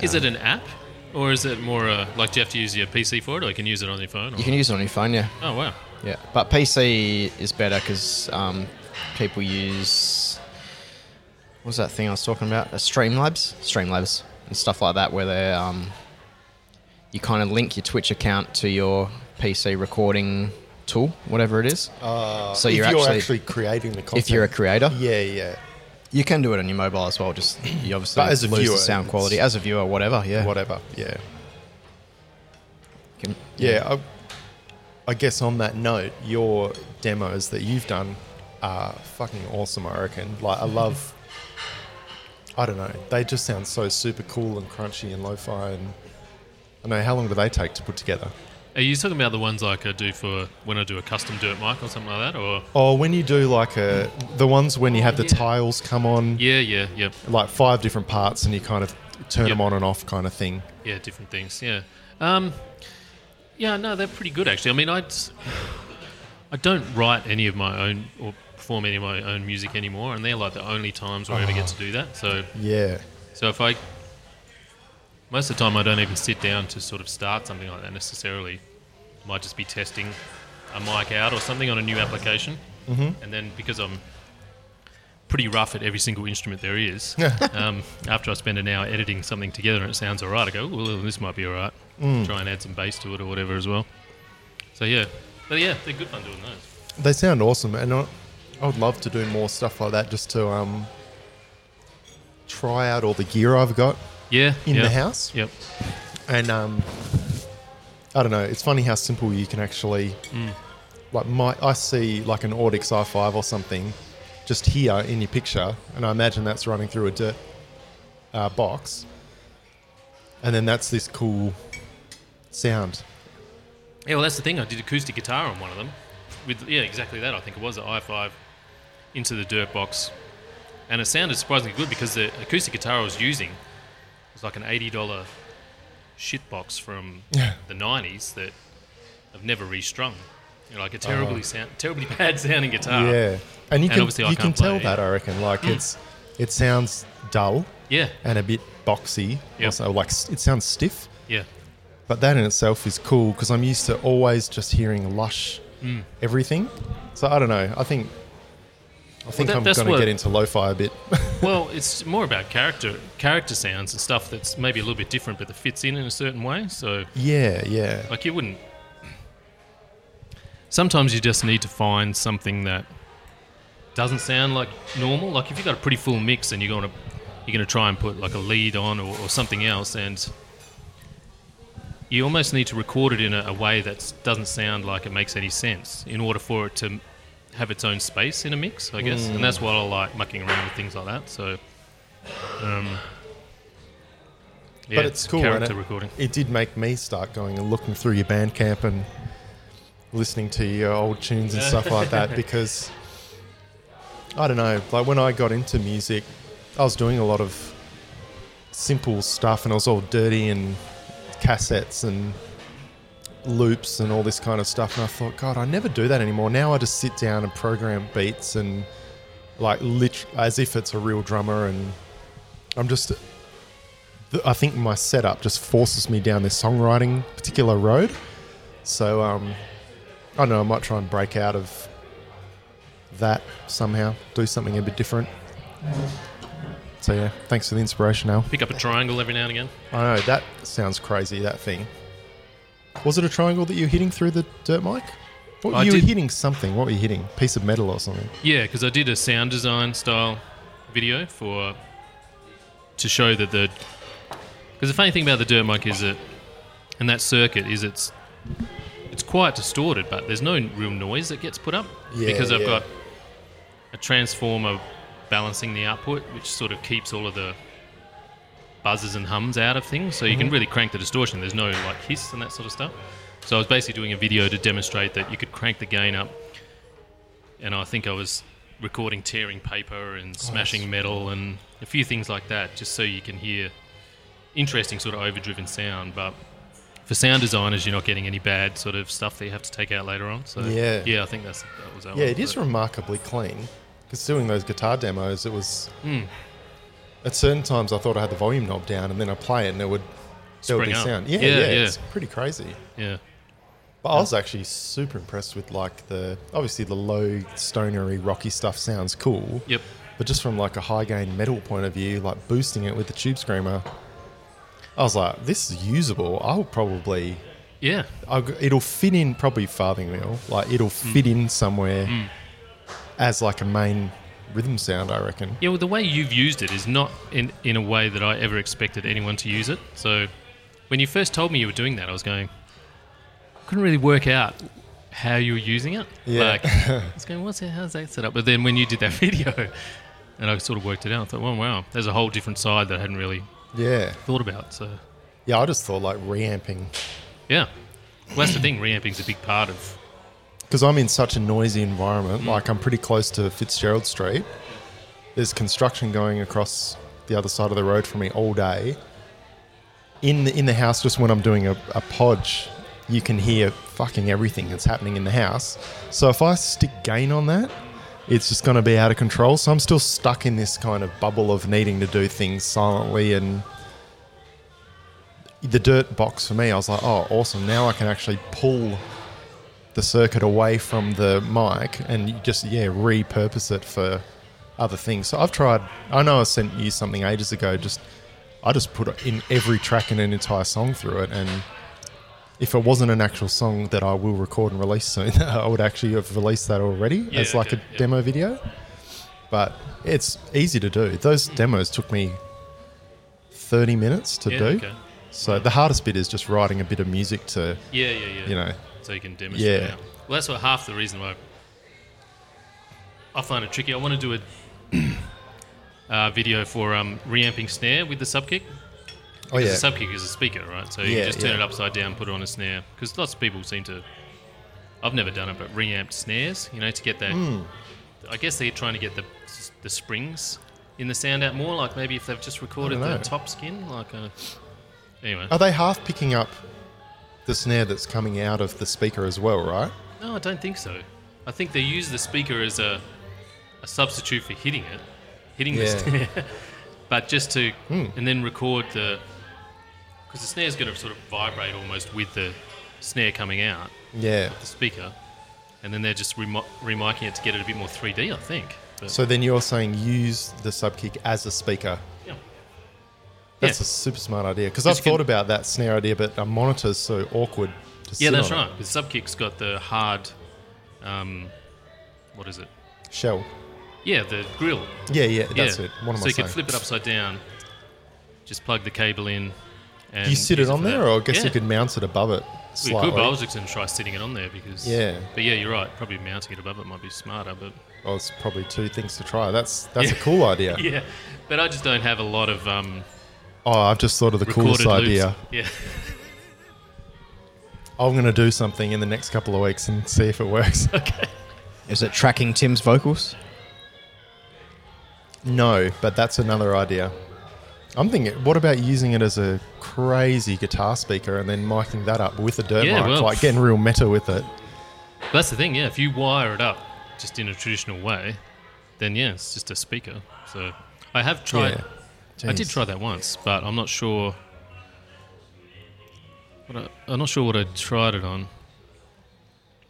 Speaker 3: Is it an app, or is it more uh, like do you have to use your PC for it, or you can use it on your phone? Or?
Speaker 2: You can use it on your phone, yeah.
Speaker 3: oh wow.
Speaker 2: Yeah, but PC is better because um, people use what was that thing I was talking about? Uh, Streamlabs, Streamlabs, and stuff like that, where they um, you kind of link your Twitch account to your PC recording tool, whatever it is.
Speaker 1: Uh,
Speaker 2: So
Speaker 1: if
Speaker 2: you're actually-
Speaker 1: creating the content.
Speaker 2: if you're a creator,
Speaker 1: yeah, yeah,
Speaker 2: you can do it on your mobile as well. Just you obviously
Speaker 1: But as a
Speaker 2: lose
Speaker 1: viewer,
Speaker 2: the sound
Speaker 1: it's-
Speaker 2: quality as a viewer, whatever. Yeah,
Speaker 1: whatever, yeah.
Speaker 2: Can-
Speaker 1: Yeah, I, I guess on that note, your demos that you've done are fucking awesome. I reckon. Like, I love. I don't know. They just sound so super cool and crunchy and lo-fi. And I know how long do they take to put together?
Speaker 3: Are you talking about the ones like I do for when I do a custom dirt mic or something like that, or
Speaker 1: Oh, when you do like a the ones when you have the
Speaker 3: yeah.
Speaker 1: tiles come on,
Speaker 3: yeah, yeah, yep.
Speaker 1: like five different parts, and you kind of turn
Speaker 3: Yep.
Speaker 1: them on and off, kind of thing.
Speaker 3: yeah, different things. Yeah, um, yeah, no, they're pretty good actually. I mean, I I don't write any of my own or perform any of my own music anymore, and they're like the only times where I ever get to do that. So,
Speaker 1: Yeah,
Speaker 3: so if I most of the time I don't even sit down to sort of start something like that necessarily. might just be testing a mic out or something on a new application, mm-hmm. and then because I'm pretty rough at every single instrument there is. um, after I spend an hour editing something together and it sounds all right, I go, well, this might be all right.
Speaker 1: Mm.
Speaker 3: try and add some bass to it or whatever as well. So yeah, but yeah, they're good fun doing those.
Speaker 1: They sound awesome, and I, I would love to do more stuff like that just to um, try out all the gear I've got
Speaker 3: Yeah,
Speaker 1: in
Speaker 3: yeah.
Speaker 1: the house.
Speaker 3: Yep.
Speaker 1: And um, I don't know. It's funny how simple you can actually
Speaker 3: Mm.
Speaker 1: like my. I see like an Audix i5 or something just here in your picture, and I imagine that's running through a dirt uh, box, and then that's this cool sound.
Speaker 3: Yeah, well, that's the thing. I did acoustic guitar on one of them. With yeah, exactly that. I think it was the i5 into the dirt box, and it sounded surprisingly good because the acoustic guitar I was using was like an eighty dollar shit box from
Speaker 1: Yeah.
Speaker 3: the nineties that I've never restrung. You know, like a terribly sound, terribly bad sounding guitar.
Speaker 1: Oh. Yeah, and you
Speaker 3: Ah. And
Speaker 1: can
Speaker 3: obviously I
Speaker 1: you can
Speaker 3: can't play Mm.
Speaker 1: tell
Speaker 3: it,
Speaker 1: that I reckon. Like it's it sounds dull
Speaker 3: yeah,
Speaker 1: and a bit boxy.
Speaker 3: Yep.
Speaker 1: Also, like s- it sounds stiff,
Speaker 3: yeah.
Speaker 1: but that in itself is cool because I'm used to always just hearing lush everything. So I don't know. I think I think
Speaker 3: that-
Speaker 1: I'm
Speaker 3: that's
Speaker 1: going to
Speaker 3: what-
Speaker 1: get into lo-fi a bit.
Speaker 3: Well, it's more about character, character sounds and stuff that's maybe a little bit different, but that fits in in a certain way. So
Speaker 1: yeah, yeah,
Speaker 3: Like you wouldn't. Sometimes you just need to find something that doesn't sound like normal. Like if you've got a pretty full mix and you're gonna you're gonna try and put like a lead on or, or something else, and you almost need to record it in a, a way that doesn't sound like it makes any sense in order for it to have its own space in a mix, I guess. And that's what I like mucking around with things like that. So. Um, yeah,
Speaker 1: but it's cool. and
Speaker 3: Character
Speaker 1: it,
Speaker 3: recording.
Speaker 1: it did make me start going and looking through your Bandcamp and listening to your old tunes and stuff like that because I don't know. Like when I got into music, I was doing a lot of simple stuff and I was all dirty and cassettes and loops and all this kind of stuff. And I thought, God, I never do that anymore. Now I just sit down and program beats and like lit- as if it's a real drummer. And I'm just, th- I think my setup just forces me down this songwriting particular road. So, um, I don't know. I might try and break out of that somehow, do something a bit different. So, yeah, thanks for the inspiration, Al.
Speaker 3: Pick up a triangle every now and again.
Speaker 1: I know that sounds crazy. That thing. Was it a triangle that you were hitting through the dirt mic? What,
Speaker 3: I
Speaker 1: you were
Speaker 3: did-
Speaker 1: hitting something. What were you hitting? Piece of metal or something?
Speaker 3: Yeah, because I did a sound design style video for to show that the because the funny thing about the dirt mic is that and that circuit is it's it's quite distorted, but there's no real noise that gets put up
Speaker 1: Yeah,
Speaker 3: because I've
Speaker 1: yeah.
Speaker 3: got a transformer balancing the output, which sort of keeps all of the buzzes and hums out of things, so you
Speaker 1: Mm-hmm.
Speaker 3: can really crank the distortion. There's no like hiss and that sort of stuff. So I was basically doing a video to demonstrate that you could crank the gain up, and I think I was recording tearing paper and smashing metal and a few things like that, just so you can hear interesting sort of overdriven sound. But for sound designers, you're not getting any bad sort of stuff that you have to take out later on. So
Speaker 1: Yeah.
Speaker 3: yeah, I think that's that was that
Speaker 1: Yeah,
Speaker 3: one,
Speaker 1: it is
Speaker 3: but-
Speaker 1: remarkably clean. Because doing those guitar demos, it was.
Speaker 3: Hmm.
Speaker 1: At certain times, I thought I had the volume knob down, and then I play it, and it would. There would
Speaker 3: Spring
Speaker 1: be
Speaker 3: up.
Speaker 1: sound. Yeah, yeah,
Speaker 3: Yeah, yeah.
Speaker 1: It's pretty crazy.
Speaker 3: yeah.
Speaker 1: But I was actually super impressed with like the obviously the low stonery rocky stuff sounds cool.
Speaker 3: Yep.
Speaker 1: But just from like a high gain metal point of view, like boosting it with the tube screamer, I was like, this is usable. I'll probably,
Speaker 3: Yeah.
Speaker 1: I'll, g- it'll fit in probably farthing wheel. Like it'll fit in somewhere as like a main rhythm sound, I reckon.
Speaker 3: Yeah, well, the way you've used it is not in, in a way that I ever expected anyone to use it. So, when you first told me you were doing that, I was going, couldn't really work out how you were using it.
Speaker 1: Yeah.
Speaker 3: Like, I was going, what's that, how's that set up? But then when you did that video, and I sort of worked it out, I thought, well, wow, there's a whole different side that I hadn't really
Speaker 1: Yeah.
Speaker 3: thought about. So,
Speaker 1: Yeah, I just thought like reamping.
Speaker 3: yeah. Well, that's the thing, reamping's a big part of.
Speaker 1: Because I'm in such a noisy environment, like I'm pretty close to Fitzgerald Street. There's construction going across the other side of the road from me all day. in the, in the house just when I'm doing a, a podge, you can hear fucking everything that's happening in the house. So if I stick gain on that, it's just going to be out of control. So I'm still stuck in this kind of bubble of needing to do things silently and the dirt box for me, I was like, oh, awesome. Now I can actually pull the circuit away from the mic and you just, yeah, repurpose it for other things. So I've tried, I know I sent you something ages ago, just I just put in every track in an entire song through it, and if it wasn't an actual song that I will record and release soon, I would actually have released that already
Speaker 3: Yeah,
Speaker 1: as like
Speaker 3: okay,
Speaker 1: a
Speaker 3: yeah.
Speaker 1: demo video. But it's easy to do. Those demos took me 30 minutes to
Speaker 3: yeah,
Speaker 1: do.
Speaker 3: okay.
Speaker 1: So the hardest bit is just writing a bit of music to,
Speaker 3: Yeah, yeah, yeah.
Speaker 1: you know,
Speaker 3: so you can demonstrate.
Speaker 1: Yeah.
Speaker 3: it. Well, that's what half the reason why I find it tricky. I want to do a uh, video for um, reamping snare with the subkick.
Speaker 1: oh yeah,
Speaker 3: Because The subkick is a speaker, right? So you
Speaker 1: Yeah,
Speaker 3: can just turn
Speaker 1: yeah.
Speaker 3: it upside down, put it on a snare. Because lots of people seem to. I've never done it, but reamped snares, you know, to get that.
Speaker 1: Hmm.
Speaker 3: I guess they're trying to get the the springs in the sound out more. Like maybe if they've just recorded the
Speaker 1: know.
Speaker 3: top skin, like. Uh, anyway,
Speaker 1: Are they half picking up the snare that's coming out of the speaker as well, right?
Speaker 3: no, I don't think so. I think they use the speaker as a a substitute for hitting it, hitting the
Speaker 1: Yeah. Hmm.
Speaker 3: snare, but just to and then record the because the snare's going to sort of vibrate almost with the snare coming out.
Speaker 1: Yeah.
Speaker 3: the speaker, and then they're just remi- remiking it to get it a bit more 3D, I think. But,
Speaker 1: So then you're saying use the subkick as a speaker.
Speaker 3: yeah.
Speaker 1: That's
Speaker 3: Yeah.
Speaker 1: a super smart idea because
Speaker 3: Because
Speaker 1: I've
Speaker 3: you can-
Speaker 1: thought about that snare idea, but a monitor's so awkward. To
Speaker 3: yeah,
Speaker 1: sit
Speaker 3: that's
Speaker 1: on
Speaker 3: right. The subkick's got the hard, um, what is it?
Speaker 1: It. Shell.
Speaker 3: Yeah, the grill.
Speaker 1: Yeah, yeah, that's
Speaker 3: yeah.
Speaker 1: it. What am
Speaker 3: so
Speaker 1: I
Speaker 3: you
Speaker 1: saying?
Speaker 3: can flip it upside down, just plug the cable in. And
Speaker 1: Do you sit
Speaker 3: use
Speaker 1: it on
Speaker 3: for
Speaker 1: there,
Speaker 3: that.
Speaker 1: or I guess
Speaker 3: yeah.
Speaker 1: you could mount it above it
Speaker 3: We could,
Speaker 1: slightly.
Speaker 3: but I was just going to try sitting it on there because.
Speaker 1: Yeah.
Speaker 3: But yeah, you're right. Probably mounting it above it might be smarter, but.
Speaker 1: Oh, it's probably two things to try. That's that's
Speaker 3: Yeah.
Speaker 1: a cool idea.
Speaker 3: Yeah. But I just don't have a lot of um,
Speaker 1: Oh, I've just thought of the
Speaker 3: recorded
Speaker 1: coolest
Speaker 3: loops.
Speaker 1: idea.
Speaker 3: Yeah.
Speaker 1: I'm going to do something in the next couple of weeks and see if it works.
Speaker 2: Is it tracking Tim's vocals?
Speaker 1: No, but that's another idea. I'm thinking, what about using it as a crazy guitar speaker and then miking that up with a dirt
Speaker 3: Yeah,
Speaker 1: mic,
Speaker 3: well,
Speaker 1: like getting real meta with it?
Speaker 3: But That's the thing, yeah. If you wire it up just in a traditional way, then yeah, it's just a speaker. So I have tried.
Speaker 1: Yeah.
Speaker 3: I did
Speaker 1: Jeez.
Speaker 3: try that once, but I'm not sure. What I, I'm not sure what I tried it on.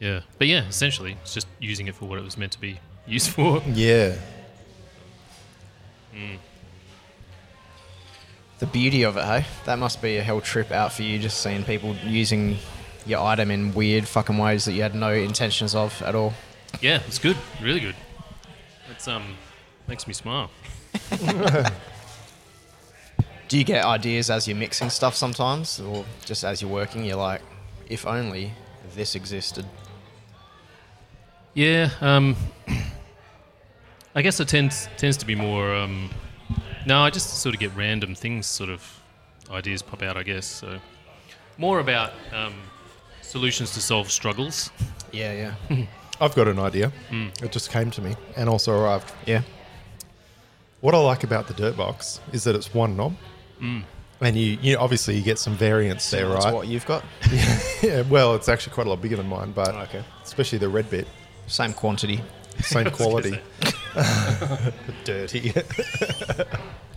Speaker 3: Yeah, but yeah, essentially, it's just using it for what it was meant to be used for.
Speaker 1: Yeah,
Speaker 2: The beauty of it, hey? That must be a hell trip out for you just seeing people using your item in weird fucking ways that you had no intentions of at all.
Speaker 3: Yeah, it's good, really good. It's um, makes me smile.
Speaker 2: Do you get ideas as you're mixing stuff sometimes, or just as you're working? You're like, if only this existed.
Speaker 3: Yeah, um, I guess it tends tends to be more. Um, no, I just sort of get random things, sort of ideas pop out. I guess so. More about um, solutions to solve struggles.
Speaker 2: Yeah, yeah,
Speaker 1: I've got an idea.
Speaker 3: Hmm.
Speaker 1: It just came to me and also arrived.
Speaker 2: yeah.
Speaker 1: What I like about the dirt box is that it's one knob,
Speaker 3: Hmm.
Speaker 1: and you, you obviously you get some variance there,
Speaker 2: That's
Speaker 1: right?
Speaker 2: what you've got.
Speaker 1: yeah, well, it's actually quite a lot bigger than mine, but
Speaker 2: Okay.
Speaker 1: especially the red bit,
Speaker 2: Same quantity.
Speaker 1: same quality.
Speaker 3: say.
Speaker 1: Dirty.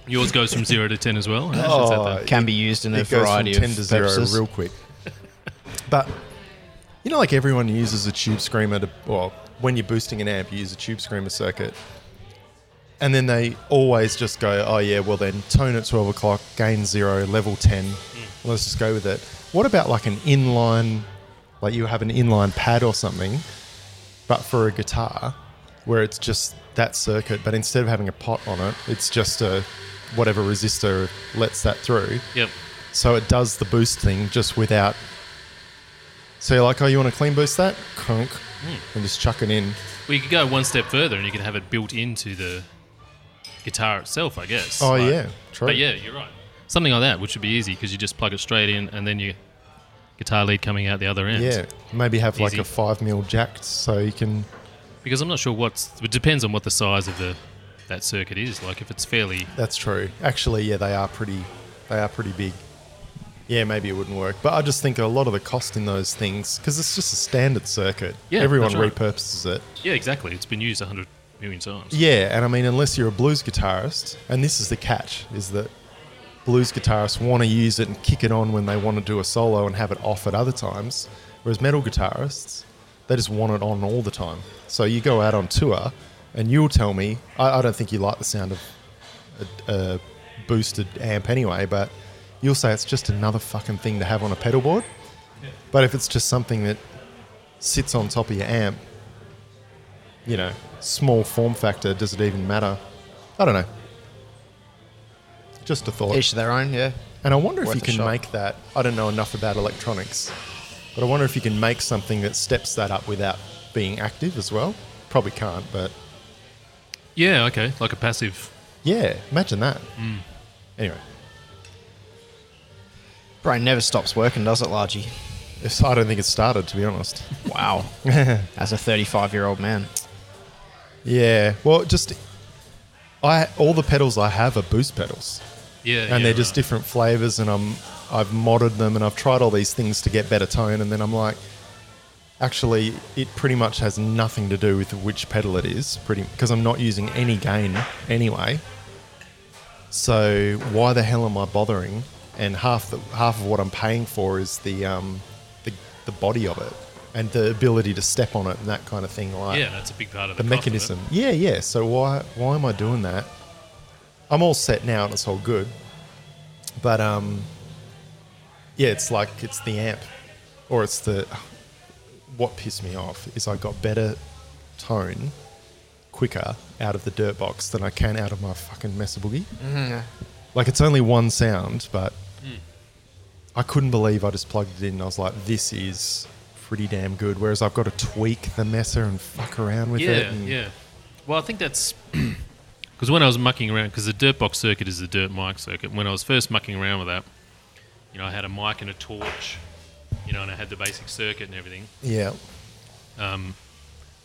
Speaker 3: Yours goes from zero to ten as well. Ashton said
Speaker 1: oh,
Speaker 3: that.
Speaker 2: Can be used in a
Speaker 1: it goes from
Speaker 2: variety
Speaker 1: 10
Speaker 2: of
Speaker 1: to 0
Speaker 2: purposes.
Speaker 1: real quick. but you know, like everyone uses a tube screamer to, well, when you're boosting an amp, you use a tube screamer circuit. And then they always just go, oh, yeah, well, then tone at 12 o'clock, gain zero, level 10.
Speaker 2: Hmm.
Speaker 1: Let's just go with it. What about like an inline, like you have an inline pad or something, but for a guitar where it's just that circuit, but instead of having a pot on it, it's just a whatever resistor lets that through.
Speaker 3: Yep.
Speaker 1: So it does the boost thing just without. So you're like, oh, you want to clean boost that? Conk.
Speaker 3: Hmm.
Speaker 1: And just chuck it in.
Speaker 3: Well, you could go one step further, and you could have it built into the guitar itself. I guess.
Speaker 1: Oh,
Speaker 3: Like-
Speaker 1: yeah. True.
Speaker 3: But yeah, you're right. Something like that, which would be easy because you just plug it straight in, and then your guitar lead coming out the other end.
Speaker 1: Yeah. Maybe have like
Speaker 3: Easy.
Speaker 1: a 5 mil jacked so you can.
Speaker 3: Because I'm not sure what's. It depends on what the size of the that circuit is. Like if it's fairly.
Speaker 1: That's true. Actually, yeah, they are pretty. They are pretty big. Yeah, maybe it wouldn't work. But I just think a lot of the cost in those things, because it's just a standard circuit.
Speaker 3: Yeah,
Speaker 1: Everyone
Speaker 3: that's right.
Speaker 1: repurposes it.
Speaker 3: Yeah, exactly. It's been used a hundred million times.
Speaker 1: Yeah, and I mean, unless you're a blues guitarist, and this is the catch, is that blues guitarists want to use it and kick it on when they want to do a solo and have it off at other times, whereas metal guitarists, they just want it on all the time. So you go out on tour, and you'll tell me, I, I don't think you like the sound of a, a boosted amp anyway, but you'll say it's just another fucking thing to have on a pedal board. But if it's just something that sits on top of your amp, you know, small form factor, does it even matter? I don't know. Just a thought.
Speaker 2: Each to their own, yeah.
Speaker 1: And I wonder if
Speaker 2: Worth
Speaker 1: you
Speaker 2: a
Speaker 1: can
Speaker 2: shot.
Speaker 1: make that. I don't know enough about electronics, but I wonder if you can make something that steps that up without being active as well. Probably can't, but
Speaker 3: Yeah, okay, like a passive.
Speaker 1: yeah, imagine that. Anyway,
Speaker 2: Brain never stops working, does it, Largy?
Speaker 1: it's, I don't think it started, to be honest.
Speaker 2: Wow. As a 35 year old man.
Speaker 1: Yeah, well, just I all the pedals I have are boost pedals,
Speaker 3: Yeah,
Speaker 1: and they're just different flavors, and I'm I've modded them, and I've tried all these things to get better tone, and then I'm like. Actually, it pretty much has nothing to do with which pedal it is, pretty because I'm not using any gain anyway. So why the hell am I bothering? And half the half of what I'm paying for is the um, the, the body of it and the ability to step on it and that kind of thing. Like,
Speaker 3: yeah, that's a big part of
Speaker 1: the
Speaker 3: the, cost of it.
Speaker 1: mechanism. Yeah, yeah. So why why am I doing that? I'm all set now and it's all good. But um yeah, it's like it's the amp or it's the what pissed me off is I got better tone quicker out of the dirt box than I can out of my fucking Mesa Boogie.
Speaker 3: Mm-hmm.
Speaker 1: Like it's only one sound, but
Speaker 3: Mm.
Speaker 1: I couldn't believe I just plugged it in. I was like, this is pretty damn good. Whereas I've got to tweak the Mesa and fuck around with it.
Speaker 3: Yeah,
Speaker 1: and-
Speaker 3: yeah. Well, I think that's because when I was mucking around, because the dirt box circuit is the dirt mic circuit. When I was first mucking around with that, you know, I had a mic and a torch, you know, and I had the basic circuit and everything.
Speaker 1: Yeah.
Speaker 3: Um,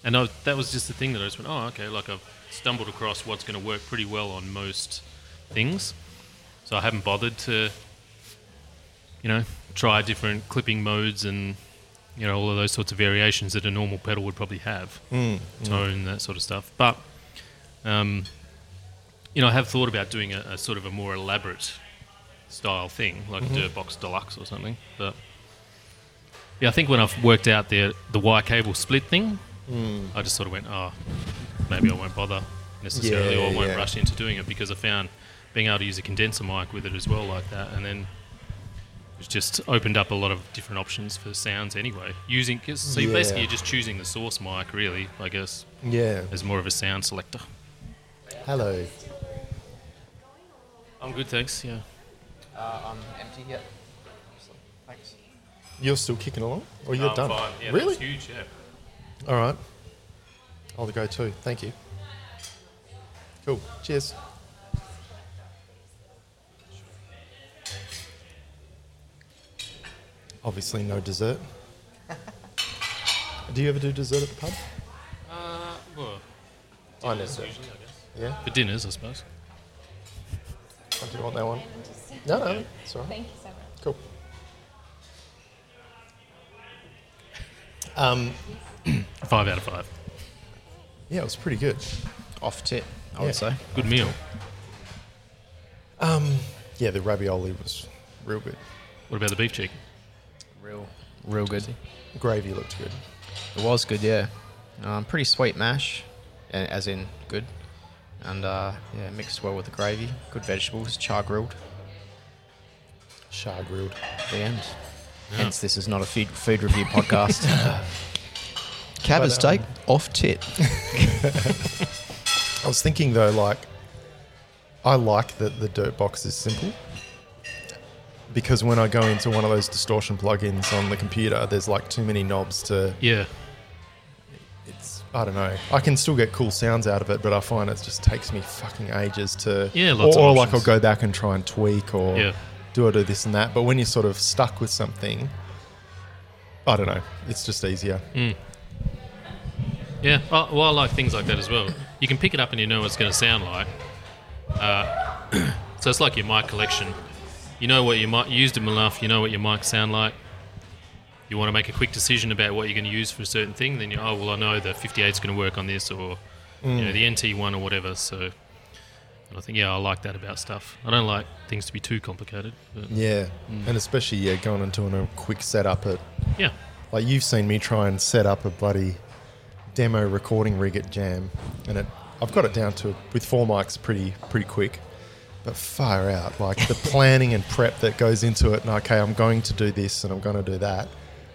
Speaker 3: and I, that was just the thing that I just went, oh, okay, like I've stumbled across what's going to work pretty well on most things. So I haven't bothered to, you know, try different clipping modes and, you know, all of those sorts of variations that a normal pedal would probably have
Speaker 1: Mm.
Speaker 3: tone, that sort of stuff. But, um, you know, I have thought about doing a, a sort of a more elaborate style thing, like
Speaker 1: Mm-hmm.
Speaker 3: a dirt box Deluxe or something. But yeah, I think when I've worked out the the wire cable split thing,
Speaker 1: Mm.
Speaker 3: I just sort of went, oh, maybe I won't bother necessarily, or I
Speaker 1: Yeah,
Speaker 3: won't
Speaker 1: yeah.
Speaker 3: rush into doing it because I found being able to use a condenser mic with it as well, like that, and then. It's just opened up a lot of different options for sounds anyway. Using 'cause- so you
Speaker 1: Yeah.
Speaker 3: basically you're just choosing the source mic really, I guess,
Speaker 1: Yeah.
Speaker 3: as more of a sound selector.
Speaker 1: Hello.
Speaker 3: I'm good, thanks. Yeah.
Speaker 2: Uh, I'm empty yet. Thanks.
Speaker 1: You're still kicking along? Or you're done?
Speaker 3: really?
Speaker 1: really?
Speaker 3: huge. Um, Yeah.
Speaker 1: All right. I'll go too. Thank you. Cool. Cheers. Obviously, no dessert. do you ever do dessert at the pub?
Speaker 3: Uh, well,
Speaker 1: I never do.
Speaker 3: I guess.
Speaker 1: Yeah.
Speaker 3: For dinners, I suppose.
Speaker 1: I do want that one. No, no. It's all right.
Speaker 4: Thank you so much.
Speaker 1: Cool. Um,
Speaker 3: Five out of five.
Speaker 1: yeah, it was pretty good.
Speaker 2: Off tip, I
Speaker 1: Yeah.
Speaker 2: would say.
Speaker 3: Good meal.
Speaker 1: Yeah, the ravioli was real good.
Speaker 3: What about the beef cheek?
Speaker 2: Real, real good.
Speaker 1: Gravy looked good.
Speaker 2: It was good, yeah. Um, pretty sweet mash, a- as in good, and uh, yeah, mixed well with the gravy. Good vegetables, char grilled.
Speaker 1: Char grilled.
Speaker 2: The end. Hence, this is not a food, food review podcast. Cab
Speaker 1: But, um,
Speaker 2: and steak, off tit.
Speaker 1: I was thinking though, like, I like that the dirt box is simple because when I go into one of those distortion plugins on the computer, there's like too many knobs to.
Speaker 3: Yeah.
Speaker 1: It's I don't know. I can still get cool sounds out of it, but I find it just takes me fucking ages to.
Speaker 3: Yeah, lots
Speaker 1: or,
Speaker 3: of
Speaker 1: or like I'll
Speaker 3: options.
Speaker 1: go back and try and tweak or
Speaker 3: Yeah.
Speaker 1: do or do this and that. But when you're sort of stuck with something, I don't know. It's just easier.
Speaker 3: Mm. Yeah. Oh, well, I like things like that as well. You can pick it up and you know what it's going to sound like. Uh, so it's like your mic collection. You know what your mic you used them enough. You know what your mic sound like. You want to make a quick decision about what you're going to use for a certain thing. Then you oh well I know the 58 is going to work on this or you
Speaker 1: Mm.
Speaker 3: know the NT one or whatever. So and I think yeah I like that about stuff. I don't like things to be too complicated. But
Speaker 1: Yeah,
Speaker 3: Mm.
Speaker 1: and especially yeah, going into a quick setup at
Speaker 3: yeah.
Speaker 1: Like you've seen me try and set up a bloody demo recording rig at Jam, and it I've got it down to with four mics pretty pretty quick, but far out like the planning and prep that goes into it. And okay, I'm going to do this and I'm going to do that,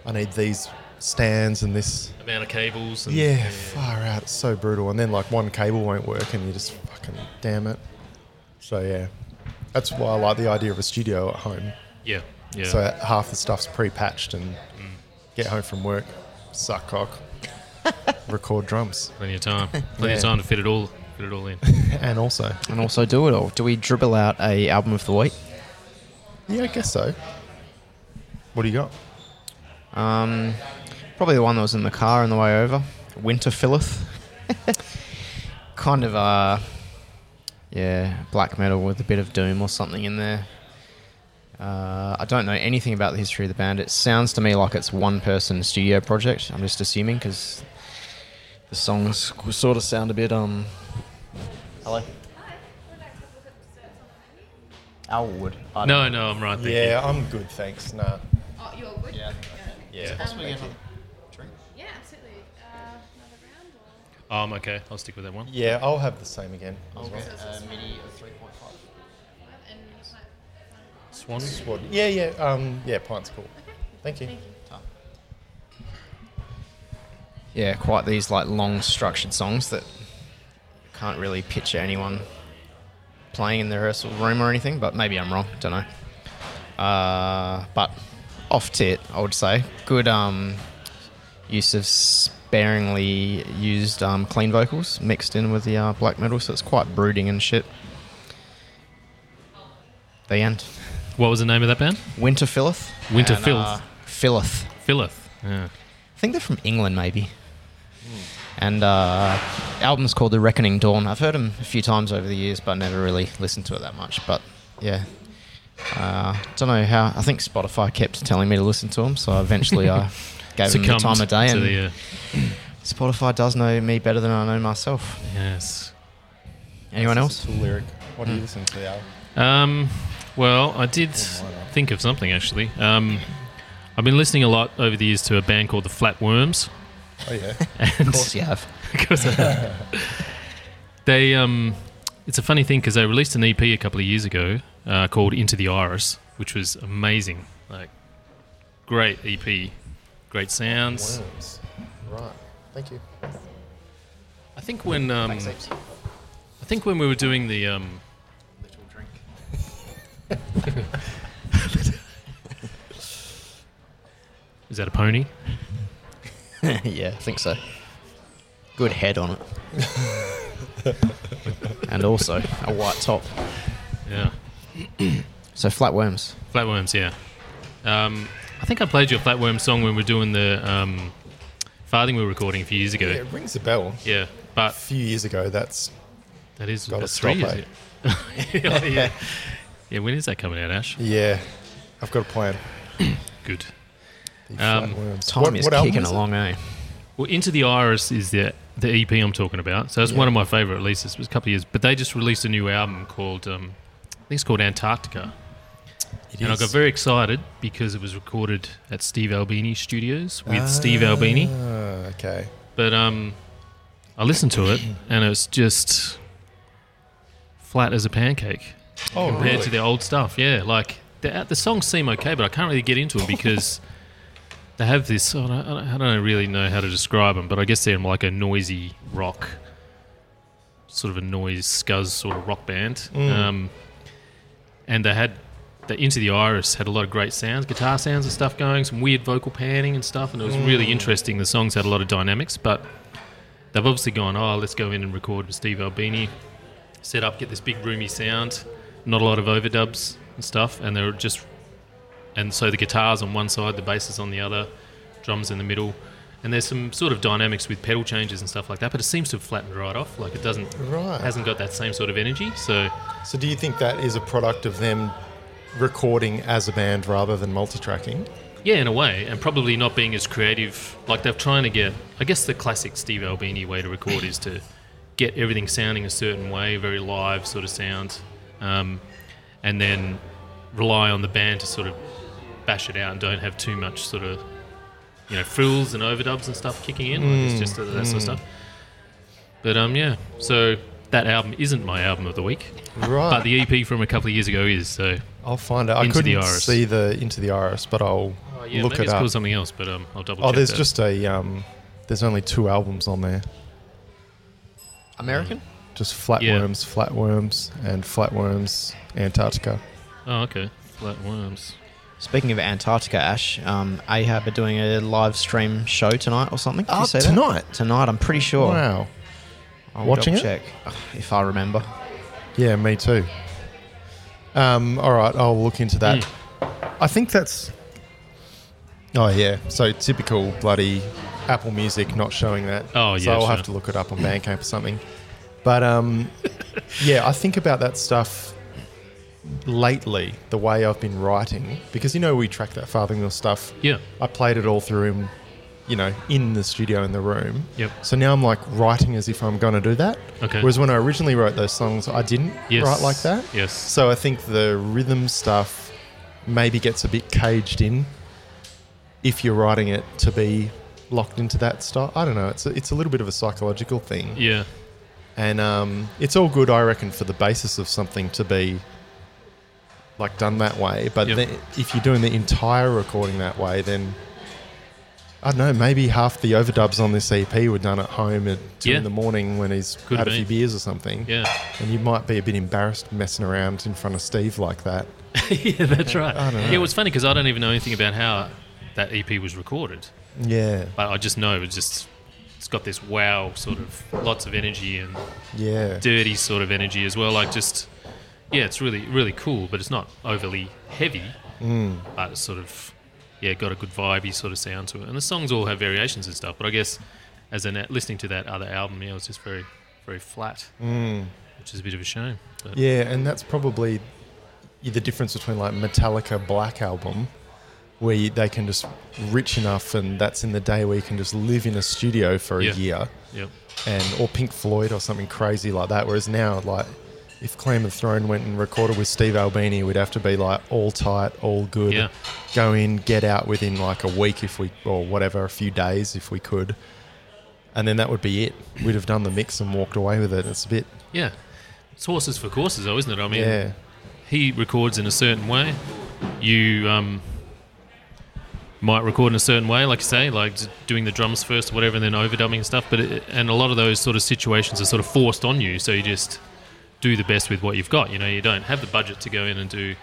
Speaker 1: I need these stands and this.
Speaker 3: Amount of cables. And,
Speaker 1: Yeah, far out. It's so brutal. And then like one cable won't work, and you just fucking damn it. So yeah, that's why I like the idea of a studio at home.
Speaker 3: Yeah. Yeah.
Speaker 1: So half the stuff's pre-patched, and get home from work, suck cock, record drums,
Speaker 3: plenty of time. Plenty
Speaker 1: Yeah.
Speaker 3: of time to fit it all. Fit it all in.
Speaker 1: and also
Speaker 2: And also do it all. Do we dribble out a album of the week?
Speaker 1: yeah, I guess so. What do you got?
Speaker 2: Um, probably the one that was in the car on the way over. Winter Filleth. kind of uh, yeah, black metal with a bit of doom or something in there. Uh, I don't know anything about the history of the band. It sounds to me like it's one person studio project. I'm just assuming because the songs sort of sound a bit um. Hello. Alwood. I don't
Speaker 3: No, no, I'm right there.
Speaker 1: Yeah, I'm good, thanks. Nah.
Speaker 4: Oh, you're good?
Speaker 2: Yeah.
Speaker 1: Yeah.
Speaker 2: Possibly get another drink.
Speaker 4: Yeah, absolutely. Uh, another round or?
Speaker 3: Oh, I'm okay. I'll stick with that one.
Speaker 1: Yeah, I'll have the same again.
Speaker 2: I'll get a Uh, mini of 3.5.
Speaker 4: And you might
Speaker 3: Swan.
Speaker 4: find
Speaker 1: What- Yeah, yeah, um, yeah. Pint's cool. Thank you.
Speaker 2: Yeah, quite these like long structured songs that can't really picture anyone playing in the rehearsal room or anything, but maybe I'm wrong, don't know. Uh, but off tit, I would say. Good um, use of sparingly used um, clean vocals mixed in with the uh, black metal, so it's quite brooding and shit. The end.
Speaker 3: What was the name of that band?
Speaker 2: Winter Filleth.
Speaker 3: Winter
Speaker 2: and,
Speaker 3: Filth.
Speaker 2: uh, Filleth.
Speaker 3: Philith. Yeah.
Speaker 2: I think they're from England, maybe. And uh, album's called The Reckoning Dawn. I've heard them a few times over the years, but never really listened to it that much. But yeah, uh, don't know how. I think Spotify kept telling me to listen to them, so eventually I gave them the
Speaker 3: Succumbed
Speaker 2: time of day.
Speaker 3: to
Speaker 2: And
Speaker 3: the, uh,
Speaker 2: Spotify does know me better than I know myself.
Speaker 3: yes.
Speaker 2: Anyone else?
Speaker 1: Cool lyric. What do you listen to? Al?
Speaker 3: Um, well, I did
Speaker 1: why not?
Speaker 3: think of something actually. Um, I've been listening a lot over the years to a band called the Flatworms.
Speaker 1: Oh yeah.
Speaker 2: Of course you have.
Speaker 3: because uh, they um, it's a funny thing because they released an EP a couple of years ago uh, called Into the Iris, which was amazing. Like, great EP, great sounds.
Speaker 1: Worms. Right. Thank you.
Speaker 3: I think when um, I
Speaker 2: Thanks,
Speaker 3: think when we were doing the um,
Speaker 2: Little drink.
Speaker 3: is that a pony?
Speaker 2: yeah, I think so. Good head on it. and also a white top.
Speaker 3: Yeah,
Speaker 2: So flatworms.
Speaker 3: Flatworms. Yeah. Um, I think I played your Flatworm song when we were doing the um, farthing we were recording a few years
Speaker 1: Yeah,
Speaker 3: ago.
Speaker 1: it rings a bell.
Speaker 3: Yeah,
Speaker 1: A
Speaker 3: but
Speaker 1: few years ago, that's
Speaker 3: that is
Speaker 1: Gotta
Speaker 3: that's three
Speaker 1: stop,
Speaker 3: years. ago. yeah, yeah. yeah, when is that coming out, Ash?
Speaker 1: yeah. I've got a plan.
Speaker 3: Good.
Speaker 1: The
Speaker 3: Um,
Speaker 1: flatworms.
Speaker 2: Time
Speaker 1: What-
Speaker 2: is
Speaker 1: what album
Speaker 2: kicking
Speaker 1: is it?
Speaker 2: along, eh?
Speaker 3: Well, Into the Iris is the the EP I'm talking about. So it's one of my favorite releases. It was a couple of years, but they just released a new album called um, I think it's called Antarctica,
Speaker 1: It
Speaker 3: and I got
Speaker 1: is-
Speaker 3: very excited because it was recorded at Steve Albini Studios with Steve Albini.
Speaker 1: Ah, okay.
Speaker 3: But um, I listened to it, and it was just flat as a pancake
Speaker 1: Oh,
Speaker 3: compared to the old stuff. Yeah, like the the songs seem okay, but I can't really get into them because they have this. I don't, I don't- I don't really know how to describe them, but I guess they're like a noisy rock, sort of a noise scuzz sort of rock band. Um, and they had the Into the Iris had a lot of great sounds, guitar sounds and stuff going, some weird vocal panning and stuff, and it was really interesting. The songs had a lot of dynamics, but they've obviously gone, oh, let's go in and record with Steve Albini, set up, get this big roomy sound, not a lot of overdubs and stuff, and they're just, and so the guitars on one side, the bass is on the other, drums in the middle. And there's some sort of dynamics with pedal changes and stuff like that, but it seems to have flattened right off. Like it doesn't,
Speaker 1: Right.
Speaker 3: hasn't got that same sort of energy. So
Speaker 1: So, do you think that is a product of them recording as a band rather than multi-tracking?
Speaker 3: Yeah, in a way, and probably not being as creative. Like they're trying to get, I guess the classic Steve Albini way to record is to get everything sounding a certain way, very live sort of sound, um, and then rely on the band to sort of bash it out and don't have too much sort of, you know, frills and overdubs and stuff kicking in. Like it's
Speaker 1: Mm.
Speaker 3: just that, that sort of stuff. But um, yeah, so that album isn't my album of the E week,
Speaker 1: Right.
Speaker 3: but the EP from a couple of years ago is. So
Speaker 1: I'll find it. I
Speaker 3: Into the
Speaker 1: couldn't
Speaker 3: iris.
Speaker 1: see the into the iris, but I'll
Speaker 3: Oh, yeah,
Speaker 1: look
Speaker 3: maybe
Speaker 1: it
Speaker 3: it's
Speaker 1: up.
Speaker 3: called something else, but um, I'll double
Speaker 1: Oh,
Speaker 3: check
Speaker 1: there's
Speaker 3: that.
Speaker 1: just a um, there's only two albums on there.
Speaker 2: American?
Speaker 1: Just Flatworms, Flatworms, and Flatworms Antarctica.
Speaker 3: Oh, okay. Flat worms.
Speaker 2: Speaking of Antarctica, Ash, um, Ahab are doing a live stream show tonight or something. Did
Speaker 1: Oh,
Speaker 2: you say that?
Speaker 1: tonight?
Speaker 2: Tonight, I'm pretty sure.
Speaker 1: Wow.
Speaker 2: I'll
Speaker 1: Watching it?
Speaker 2: check uh, if I remember.
Speaker 1: Yeah, me too. Um, all right, I'll look into that.
Speaker 3: Mm.
Speaker 1: I think that's. Oh yeah, so typical bloody Apple Music not showing that.
Speaker 3: Oh,
Speaker 1: so
Speaker 3: yeah,
Speaker 1: I'll
Speaker 3: sure.
Speaker 1: have to look it up on Bandcamp or something. But um, yeah, I think about that stuff lately. The way I've been writing, because you know we track that Farthing Mill stuff.
Speaker 3: Yeah.
Speaker 1: I played it all through in, you know, in the studio in the room.
Speaker 3: Yep.
Speaker 1: So now I'm like writing as if I'm going to do that.
Speaker 3: Okay.
Speaker 1: Whereas when I originally wrote those songs, I didn't
Speaker 3: Yes.
Speaker 1: write like that.
Speaker 3: Yes.
Speaker 1: So I think the rhythm stuff maybe gets a bit caged in if you're writing it to be locked into that style. I don't know. It's a, it's a little bit of a psychological thing.
Speaker 3: Yeah.
Speaker 1: And um, it's all good, I reckon, for the basis of something to be like done that way. But
Speaker 3: Yep.
Speaker 1: then if you're doing the entire recording that way, then I don't know. Maybe half the overdubs on this EP were done at home at two
Speaker 3: Yeah.
Speaker 1: in the morning when he's
Speaker 3: Could
Speaker 1: had
Speaker 3: be.
Speaker 1: a few beers or something.
Speaker 3: Yeah.
Speaker 1: And you might be a bit embarrassed messing around in front of Steve like that.
Speaker 3: yeah, that's right.
Speaker 1: I don't know.
Speaker 3: Yeah, it was funny because I don't even know anything about how that EP was recorded,
Speaker 1: Yeah,
Speaker 3: but I just know it's just it's got this wow sort of lots of energy and
Speaker 1: yeah,
Speaker 3: dirty sort of energy as well. Like just yeah, it's really really cool, but it's not overly heavy.
Speaker 1: Mm.
Speaker 3: But it's sort of yeah, got a good vibey sort of sound to it. And the songs all have variations and stuff. But I guess as an listening to that other album, yeah, it was just very very flat, which is a bit of a shame. But
Speaker 1: Mm. yeah. And that's probably the difference between like Metallica Black album, where you, they can just rich enough, and that's in the day where you can just live in a studio for a
Speaker 3: Yeah.
Speaker 1: year,
Speaker 3: yep.
Speaker 1: and or Pink Floyd or something crazy like that. Whereas now, like if Claim of Throne went and recorded with Steve Albini, we'd have to be like all tight, all good,
Speaker 3: Yeah.
Speaker 1: go in, get out within like a week if we or whatever, a few days if we could. And then that would be it. We'd have done the mix and walked away with it. It's a bit,
Speaker 3: Yeah. It's horses for courses, though, isn't it? I mean,
Speaker 1: yeah.
Speaker 3: he records in a certain way. You um, might record in a certain way, like you say, like d- doing the drums first, or whatever, and then overdubbing and stuff. But it, and a lot of those sort of situations are sort of forced on you, so you just do the best with what you've got. You know, you don't have the budget to go in and do,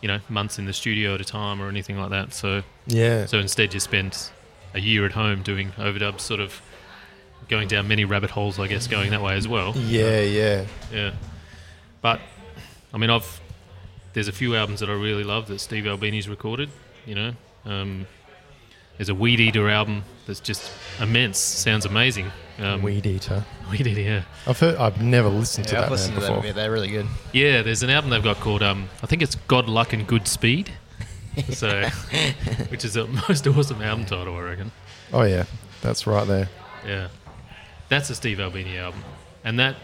Speaker 3: you know, months in the studio at a time or anything like that. So
Speaker 1: Yeah.
Speaker 3: so instead, you spend a year at home doing overdubs, sort of going down many rabbit holes, I guess, going that way as well.
Speaker 1: yeah, yeah.
Speaker 3: Yeah. But I mean, I've there's a few albums that I really love that Steve Albini's recorded. You know, um, there's a Weed Eater album that's just immense. Sounds amazing. Um,
Speaker 1: Weed Eater.
Speaker 3: Weed Eater. Yeah.
Speaker 1: I've heard, I've never listened to
Speaker 2: Yeah,
Speaker 1: that
Speaker 2: I've listened
Speaker 1: man
Speaker 2: to
Speaker 1: before.
Speaker 2: them. Yeah, they're really good.
Speaker 3: Yeah. There's an album they've got called um, I think it's God Luck and Good Speed. So, which is the most awesome album title, I reckon.
Speaker 1: Oh yeah, that's right there.
Speaker 3: Yeah. That's a Steve Albini album. And that,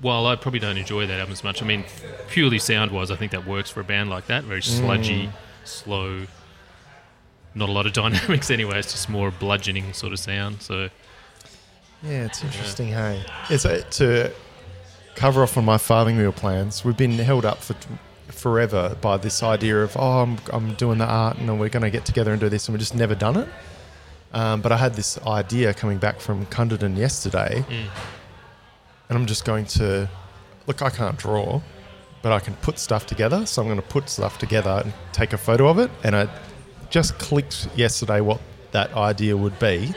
Speaker 3: while I probably don't enjoy that album as much, I mean, purely sound wise, I think that works for a band like that. Very sludgy,
Speaker 2: Mm.
Speaker 3: slow, not a lot of dynamics anyway. It's just more bludgeoning sort of sound. So,
Speaker 1: Yeah, it's interesting. Hey, it's uh, to cover off on my farming wheel plans. We've been held up for forever by this idea of oh, I'm, I'm doing the art and we're going to get together and do this, and we've just never done it. Um, but I had this idea coming back from Cunderdon yesterday, and I'm just going to look. I can't draw, but I can put stuff together. So I'm going to put stuff together and take a photo of it. And I just clicked yesterday what that idea would be.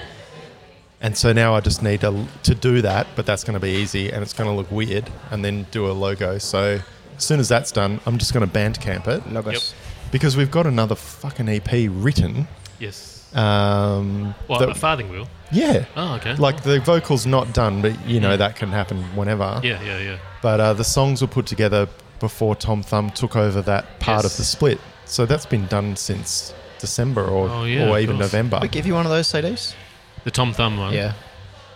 Speaker 1: And so now I just need to, to do that, but that's going to be easy and it's going to look weird, and then do a logo. So as soon as that's done, I'm just going to bandcamp it
Speaker 2: Logos.
Speaker 1: because we've got another fucking EP written.
Speaker 3: yes.
Speaker 1: Um,
Speaker 3: Well,
Speaker 1: that-
Speaker 3: a farthing wheel.
Speaker 1: yeah.
Speaker 3: Oh, okay.
Speaker 1: Like the vocals not done, but you know that can happen whenever.
Speaker 3: yeah, yeah, yeah.
Speaker 1: But uh, the songs were put together before Tom Thumb took over that part
Speaker 3: Yes.
Speaker 1: of the split, so that's been done since December or
Speaker 3: Oh, yeah,
Speaker 1: or
Speaker 3: of
Speaker 1: even
Speaker 3: course.
Speaker 1: November.
Speaker 2: We
Speaker 1: Do
Speaker 2: give you one of those CDs?
Speaker 3: The Tom Thumb one.
Speaker 2: Yeah.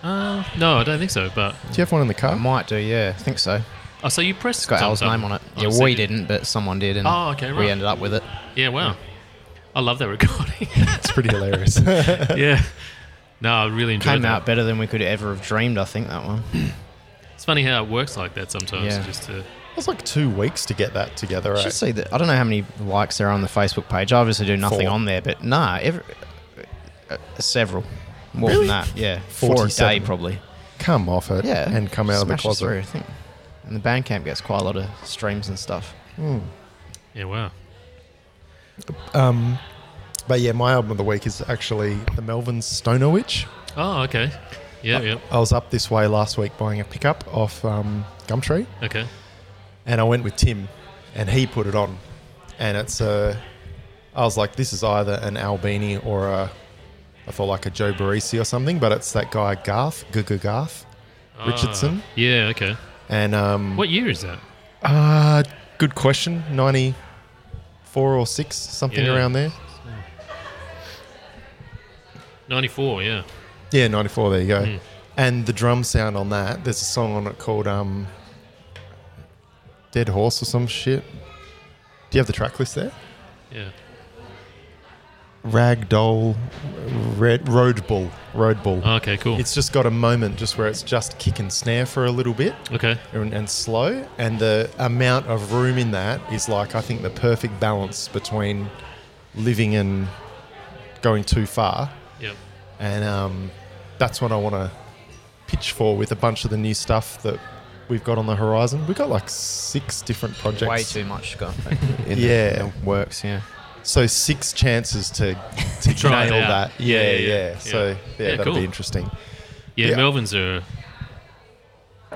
Speaker 3: Uh, no, I don't think so. But
Speaker 1: you have one in the
Speaker 2: I
Speaker 1: car?
Speaker 2: might do, yeah. I think so.
Speaker 3: oh, so you pressed
Speaker 2: It's got
Speaker 3: Tom
Speaker 2: Al's
Speaker 3: Thumb.
Speaker 2: name on it.
Speaker 3: Oh,
Speaker 2: yeah,
Speaker 3: so
Speaker 2: we
Speaker 3: you-
Speaker 2: didn't, but someone did, and
Speaker 3: Oh, okay, right.
Speaker 2: we ended up with it.
Speaker 3: Yeah, wow. I love that recording.
Speaker 1: It's pretty hilarious.
Speaker 3: yeah. No, I really enjoyed
Speaker 2: Came
Speaker 3: that.
Speaker 2: out better than we could ever have dreamed, I think, that one.
Speaker 3: It's funny how it works like that sometimes.
Speaker 2: Yeah.
Speaker 3: Just to,
Speaker 1: was like two weeks to get that together,
Speaker 2: Should
Speaker 1: right?
Speaker 2: see that. I don't know how many likes there are on the Facebook page. I obviously do nothing
Speaker 1: Four.
Speaker 2: on there, but nah, every, uh, uh, several more
Speaker 1: Really?
Speaker 2: than that. Yeah, four a day
Speaker 1: 47.
Speaker 2: probably.
Speaker 1: Come off it
Speaker 2: Yeah,
Speaker 1: and come out of the
Speaker 2: smashes
Speaker 1: closet.
Speaker 2: through, I think. And the Bandcamp gets quite a lot of streams and stuff.
Speaker 3: Yeah, wow.
Speaker 1: Um, but yeah, my album of the week is actually the Melvins Stoner Witch.
Speaker 3: Oh, okay. Yeah, yeah.
Speaker 1: I was up this way last week buying a pickup off um, Gumtree,
Speaker 3: Okay.
Speaker 1: and I went with Tim, and he put it on, and it's a. I was like, this is either an Albini or a. I thought like a Joe Barisi or something, but it's that guy Garth, Gugu Garth, Richardson,
Speaker 3: Ah, yeah, okay.
Speaker 1: and um.
Speaker 3: What year is that?
Speaker 1: Uh, good question. 94 or 6, something
Speaker 3: Yeah.
Speaker 1: around there.
Speaker 3: 94, yeah.
Speaker 1: Yeah, 94, there you go.
Speaker 3: Mm.
Speaker 1: And the drum sound on that, there's a song on it called um, Dead Horse or some shit. Do you have the track list there?
Speaker 3: Yeah.
Speaker 1: Ragdoll, Red, Road Bull. Road Bull.
Speaker 3: Oh,
Speaker 2: Uh.
Speaker 3: Okay, cool.
Speaker 1: It's just got a moment just where it's just kick and snare for a little bit.
Speaker 3: okay.
Speaker 1: and, and slow, and the amount of room in that is like I think the perfect balance between living and going too far,
Speaker 3: Yep.
Speaker 1: and um, that's what I want to pitch for with a bunch of the new stuff that we've got on the horizon. We've got like six different projects.
Speaker 2: Way too much gone. in the-
Speaker 1: Yeah.
Speaker 2: in the works. Yeah.
Speaker 1: So six chances to, to
Speaker 3: Try it
Speaker 1: nail
Speaker 3: out.
Speaker 1: that. Yeah yeah,
Speaker 3: Yeah, yeah, yeah.
Speaker 1: So yeah,
Speaker 3: Yeah,
Speaker 1: that'd
Speaker 3: cool.
Speaker 1: be interesting.
Speaker 3: Yeah,
Speaker 1: Yeah.
Speaker 3: Melvins are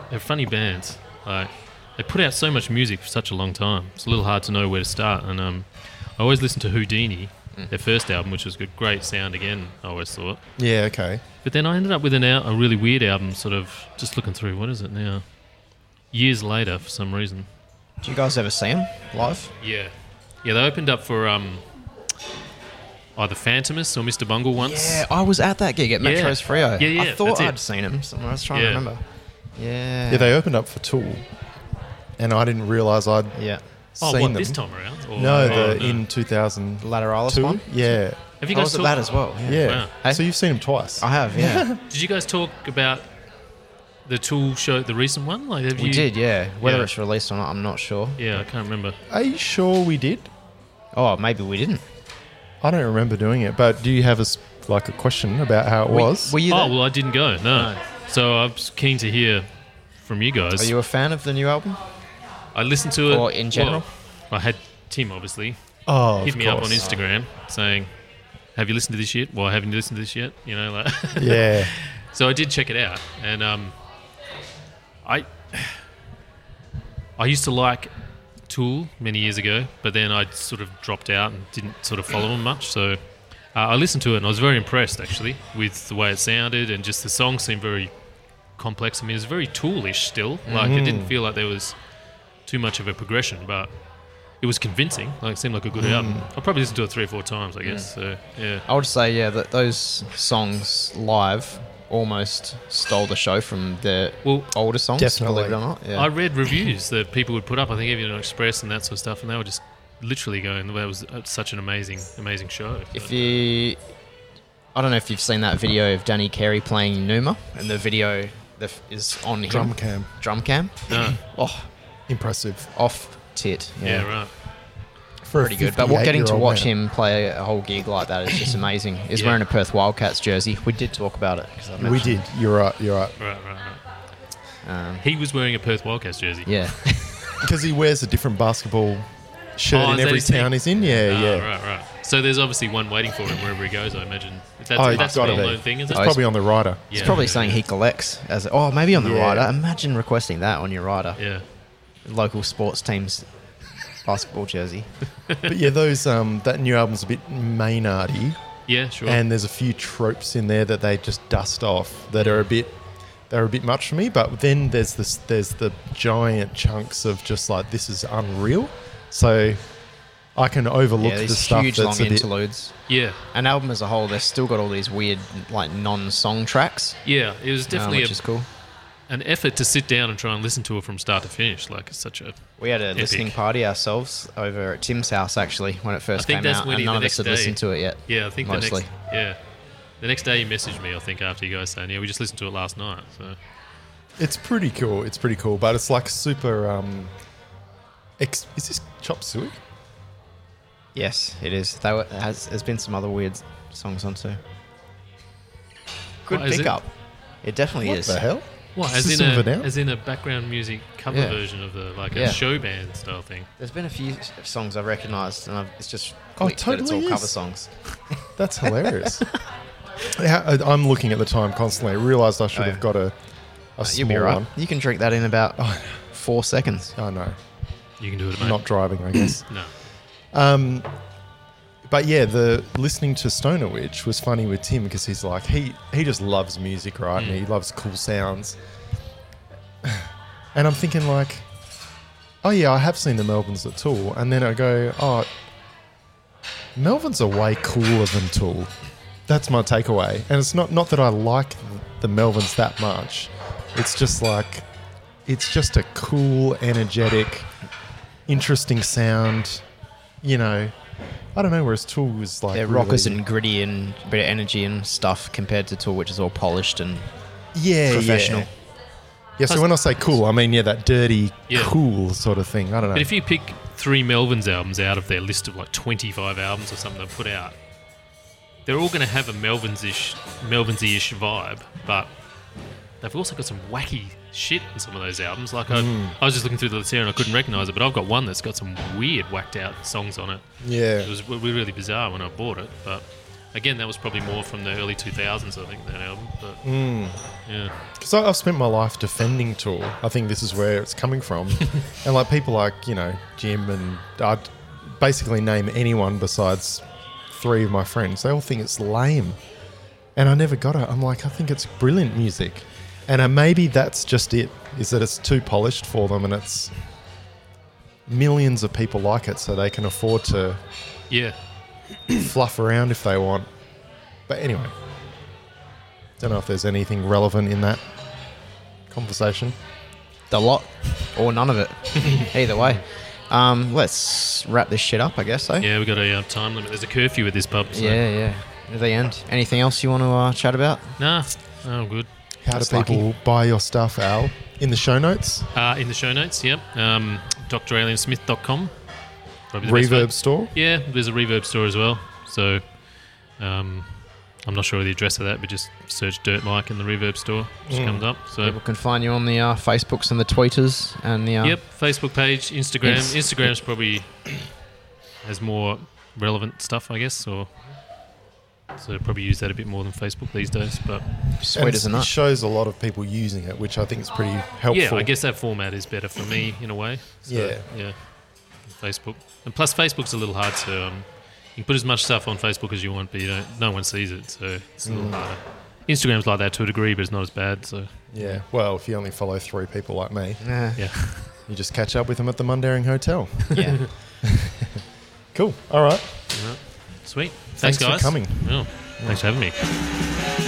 Speaker 3: they're funny bands. Like they put out so much music for such a long time. It's a little hard to know where to start. And um, I always listened to Houdini, their first album, which was good, great sound again. I always thought.
Speaker 1: Yeah. Okay.
Speaker 3: But then I ended up with an out, a really weird album. Sort of just looking through. What is it now? Years later, for some reason.
Speaker 2: Do you guys ever see him live?
Speaker 3: Yeah, yeah. They opened up for um, either Phantomus or Mr. Bungle once.
Speaker 2: Yeah, I was at that gig at Metro's Frio.
Speaker 3: Yeah, yeah,
Speaker 2: I thought
Speaker 3: that's it.
Speaker 2: I'd seen him somewhere. I was trying
Speaker 3: Yeah.
Speaker 2: to remember. Yeah.
Speaker 1: Yeah, they opened up for Tool, and I didn't realize I'd
Speaker 2: yeah.
Speaker 3: Oh,
Speaker 1: seen
Speaker 3: what
Speaker 1: them.
Speaker 3: this time around? Or,
Speaker 1: No,
Speaker 3: oh,
Speaker 1: the in 2000.
Speaker 2: The Lateralis
Speaker 1: Two?
Speaker 2: one?
Speaker 1: Yeah.
Speaker 3: Have you
Speaker 2: I
Speaker 3: guys
Speaker 2: was at
Speaker 3: talked-
Speaker 2: that as well. Yeah.
Speaker 1: Yeah.
Speaker 3: Wow.
Speaker 2: Hey?
Speaker 1: So you've seen him twice.
Speaker 2: I have, yeah.
Speaker 3: Did you guys talk about the Tool show, the recent one? Like, have
Speaker 2: we
Speaker 3: you,
Speaker 2: did, yeah. Whether
Speaker 3: Yeah.
Speaker 2: it's released or not, I'm not sure.
Speaker 3: Yeah, I can't remember.
Speaker 1: Are you sure we did?
Speaker 2: Oh, maybe we didn't.
Speaker 1: I don't remember doing it, but do you have a, s- like a question about how it was?
Speaker 2: Were you
Speaker 3: oh
Speaker 2: there?
Speaker 3: well, I didn't go. No. So I was keen to hear from you guys.
Speaker 2: Are you a fan of the new album?
Speaker 3: I listened to it.
Speaker 2: Or in general?
Speaker 3: well, I had Tim obviously
Speaker 1: oh, of
Speaker 3: hit me up on
Speaker 1: course.
Speaker 3: Instagram saying, "Have you listened to this yet? Well, haven't you listened to this yet? You know, like."
Speaker 1: Yeah.
Speaker 3: So I did check it out, and um, I I used to like Tool many years ago, but then I sort of dropped out and didn't sort of follow them much. So uh, I listened to it, and I was very impressed actually with the way it sounded, and just the song seemed very complex. I mean, it was very Toolish still. Like it didn't feel like there was too much of a progression, but it was convincing. Like it seemed like a good album. I probably listened to it three or four times, I guess. So yeah.
Speaker 2: I would say, yeah, that those songs live almost stole the show from the
Speaker 3: Well,
Speaker 2: older songs,
Speaker 1: Definitely.
Speaker 2: believe it or not. Yeah.
Speaker 3: I read reviews that people would put up. I think even on Express and that sort of stuff, and they were just literally going, "That was uh, such an amazing, amazing show."
Speaker 2: If you, I don't know if you've seen that video of Danny Carey playing Numa, and the video that f- is on him.
Speaker 1: Drum cam.
Speaker 2: Drum cam.
Speaker 3: no,
Speaker 2: Oh,
Speaker 1: Impressive.
Speaker 2: off tit. Yeah.
Speaker 3: yeah, right.
Speaker 1: For
Speaker 2: Pretty good, but what- getting to
Speaker 1: 58-year-old
Speaker 2: watch
Speaker 1: man.
Speaker 2: him play a whole gig like that is just amazing. He's
Speaker 3: Yeah.
Speaker 2: wearing a Perth Wildcats jersey. We did talk about it. 'cause I
Speaker 1: We
Speaker 2: mentioned-
Speaker 1: did. You're right. You're right.
Speaker 3: Right, right, right.
Speaker 2: Um,
Speaker 3: He was wearing a Perth Wildcats jersey.
Speaker 2: yeah.
Speaker 1: Because he wears a different basketball shirt
Speaker 3: Oh, is
Speaker 1: in
Speaker 3: that
Speaker 1: every
Speaker 3: his thing?
Speaker 1: town he's in. Yeah,
Speaker 3: Ah,
Speaker 1: yeah.
Speaker 3: Right, right. So there's obviously one waiting for him wherever he goes. I imagine. If that's
Speaker 1: Oh,
Speaker 3: if
Speaker 1: it's
Speaker 3: that's a
Speaker 1: gotta be.
Speaker 3: well-known thing, is it?
Speaker 1: It's probably on the rider.
Speaker 3: Yeah.
Speaker 2: It's probably saying he collects as oh maybe on the
Speaker 1: Yeah.
Speaker 2: rider. Imagine requesting that on your rider.
Speaker 3: Yeah.
Speaker 2: Local sports team's basketball jersey.
Speaker 1: But yeah, those um, that new album's a bit Maynardy.
Speaker 3: Yeah, sure.
Speaker 1: and there's a few tropes in there that they just dust off that are a bit they're a bit much for me but then there's this there's the giant chunks of just like this is unreal so i can overlook
Speaker 2: yeah,
Speaker 1: the
Speaker 2: these
Speaker 1: stuff
Speaker 2: huge long
Speaker 1: that's a bit
Speaker 2: interludes.
Speaker 3: yeah,
Speaker 2: an album as a whole, they've still got all these weird like non-song tracks,
Speaker 3: yeah. It was
Speaker 2: uh,
Speaker 3: definitely
Speaker 2: which is
Speaker 3: a,
Speaker 2: cool.
Speaker 3: an effort to sit down and try and listen to it from start to finish. Like it's such a.
Speaker 2: We had a listening party ourselves over at Tim's house actually when it first
Speaker 3: think
Speaker 2: came
Speaker 3: that's
Speaker 2: out,
Speaker 3: when
Speaker 2: and
Speaker 3: he-
Speaker 2: none
Speaker 3: the
Speaker 2: of us
Speaker 3: next
Speaker 2: had
Speaker 3: day-
Speaker 2: listened to it yet.
Speaker 3: Yeah, I think the
Speaker 2: Mostly.
Speaker 3: next. Yeah. The next day you messaged me, I think, after you guys saying, "Yeah, we just listened to it last night." So
Speaker 1: it's pretty cool it's pretty cool but it's like super um Ex- is this chop suey?
Speaker 2: Yes, it is. Though it has, there's been some other weird songs on too. Good
Speaker 3: What, is it?
Speaker 2: pickup. It? definitely
Speaker 1: What
Speaker 2: is.
Speaker 1: the hell?
Speaker 3: What,
Speaker 1: Is
Speaker 3: as
Speaker 1: this
Speaker 3: in,
Speaker 1: over
Speaker 3: a,
Speaker 1: now?
Speaker 3: as in a background music cover
Speaker 2: Yeah.
Speaker 3: version of the like
Speaker 2: Yeah.
Speaker 3: a show band style thing?
Speaker 2: There's been a few s- songs I've recognised, and I've, it's just
Speaker 1: Oh,
Speaker 2: clicked that it's all
Speaker 1: totally
Speaker 2: cover
Speaker 1: is.
Speaker 2: songs.
Speaker 1: That's hilarious. Yeah, I- I'm looking at the time constantly. I realised I should
Speaker 2: Oh, yeah.
Speaker 1: have got a, a
Speaker 2: You'll
Speaker 1: small
Speaker 2: be right.
Speaker 1: one.
Speaker 2: You can drink that in about
Speaker 1: Oh,
Speaker 2: four seconds.
Speaker 1: oh no,
Speaker 3: You can do it, mate.
Speaker 1: not driving, I guess.
Speaker 3: no.
Speaker 1: Um, but yeah, the listening to Stoner Witch was funny with Tim because he's like he he just loves music, right? And he loves cool sounds. And I'm thinking like, oh yeah, I have seen the Melvins at Tool, and then I go, oh, Melvins are way cooler than Tool. That's my takeaway, and it's not not that I like the Melvins that much. It's just like, it's just a cool, energetic, interesting sound. You know, I don't know. Whereas Tool was like
Speaker 2: They're rockers
Speaker 1: really-
Speaker 2: and gritty and a bit of energy and stuff compared to Tool, which is all polished and
Speaker 1: yeah, yeah.
Speaker 2: professional.
Speaker 1: Yeah, so when I say cool, I mean yeah, that dirty,
Speaker 3: Yeah.
Speaker 1: cool sort of thing. I don't know.
Speaker 3: But if you pick three Melvins albums out of their list of like 25 albums or something they've put out, they're all going to have a Melvins ish, Melvinsy ish vibe, but they've also got some wacky shit in some of those albums. Like, I, I was just looking through the list here and I couldn't recognize it, but I've got one that's got some weird, whacked out songs on it. It
Speaker 1: yeah,
Speaker 3: was w- really bizarre when I bought it, but again, that was probably more from the early 2000s, I think, that album. But yeah.
Speaker 1: because I've spent my life defending Tool. I think this is where it's coming from, and like people like you know Jim and I'd basically name anyone besides three of my friends. They all think it's lame, and I never got it. I'm like, I think it's brilliant music, and uh, maybe that's just it. Is that it's too polished for them, and it's millions of people like it, so they can afford to
Speaker 3: Yeah.
Speaker 1: fluff around if they want. But anyway, don't know if there's anything relevant in that conversation.
Speaker 2: The lot or none of it. Either way. Um, let's wrap this shit up, I guess, though.
Speaker 3: Yeah, we got a uh, time limit. There's a curfew at this pub. So.
Speaker 2: yeah. yeah. At the end. Anything else you want to uh, chat about?
Speaker 3: Nah. Oh, good.
Speaker 1: How
Speaker 2: That's
Speaker 1: do people buy your stuff, Al? In the show notes,
Speaker 3: Uh, in the show notes, yep. Um, DrAlienSmith.com. Probably the best way.
Speaker 1: Reverb Store.
Speaker 3: Yeah, there's a reverb store as well. So um, I'm not sure of the address of that, but just search Dirt Mike in the reverb store. Just comes up. So.
Speaker 2: People can find you on the uh, Facebooks and the Tweeters and the. Uh,
Speaker 3: Yep, Facebook page, Instagram.
Speaker 2: Yes.
Speaker 3: Instagram's probably has more relevant stuff, I guess, or so probably use that a bit more than Facebook these days. But
Speaker 1: And
Speaker 2: Sweet as a
Speaker 1: it
Speaker 2: nut.
Speaker 1: shows a lot of people using it, which I think is pretty helpful.
Speaker 3: yeah, I guess that format is better for me in a way. So,
Speaker 1: Yeah.
Speaker 3: yeah. Facebook, and plus Facebook's a little hard to. Um, you can put as much stuff on Facebook as you want, but you don't. No one sees it, so it's a little
Speaker 1: Mm.
Speaker 3: harder. Instagram's like that to a degree, but it's not as bad. So
Speaker 1: Yeah. Well, if you only follow three people like me,
Speaker 2: Yeah.
Speaker 3: yeah,
Speaker 1: you just catch up with them at the Mundaring Hotel.
Speaker 2: yeah.
Speaker 1: cool. All right.
Speaker 3: sweet.
Speaker 1: Thanks
Speaker 3: Thanks,
Speaker 1: for
Speaker 3: guys
Speaker 1: coming.
Speaker 3: Yeah. Thanks for having me.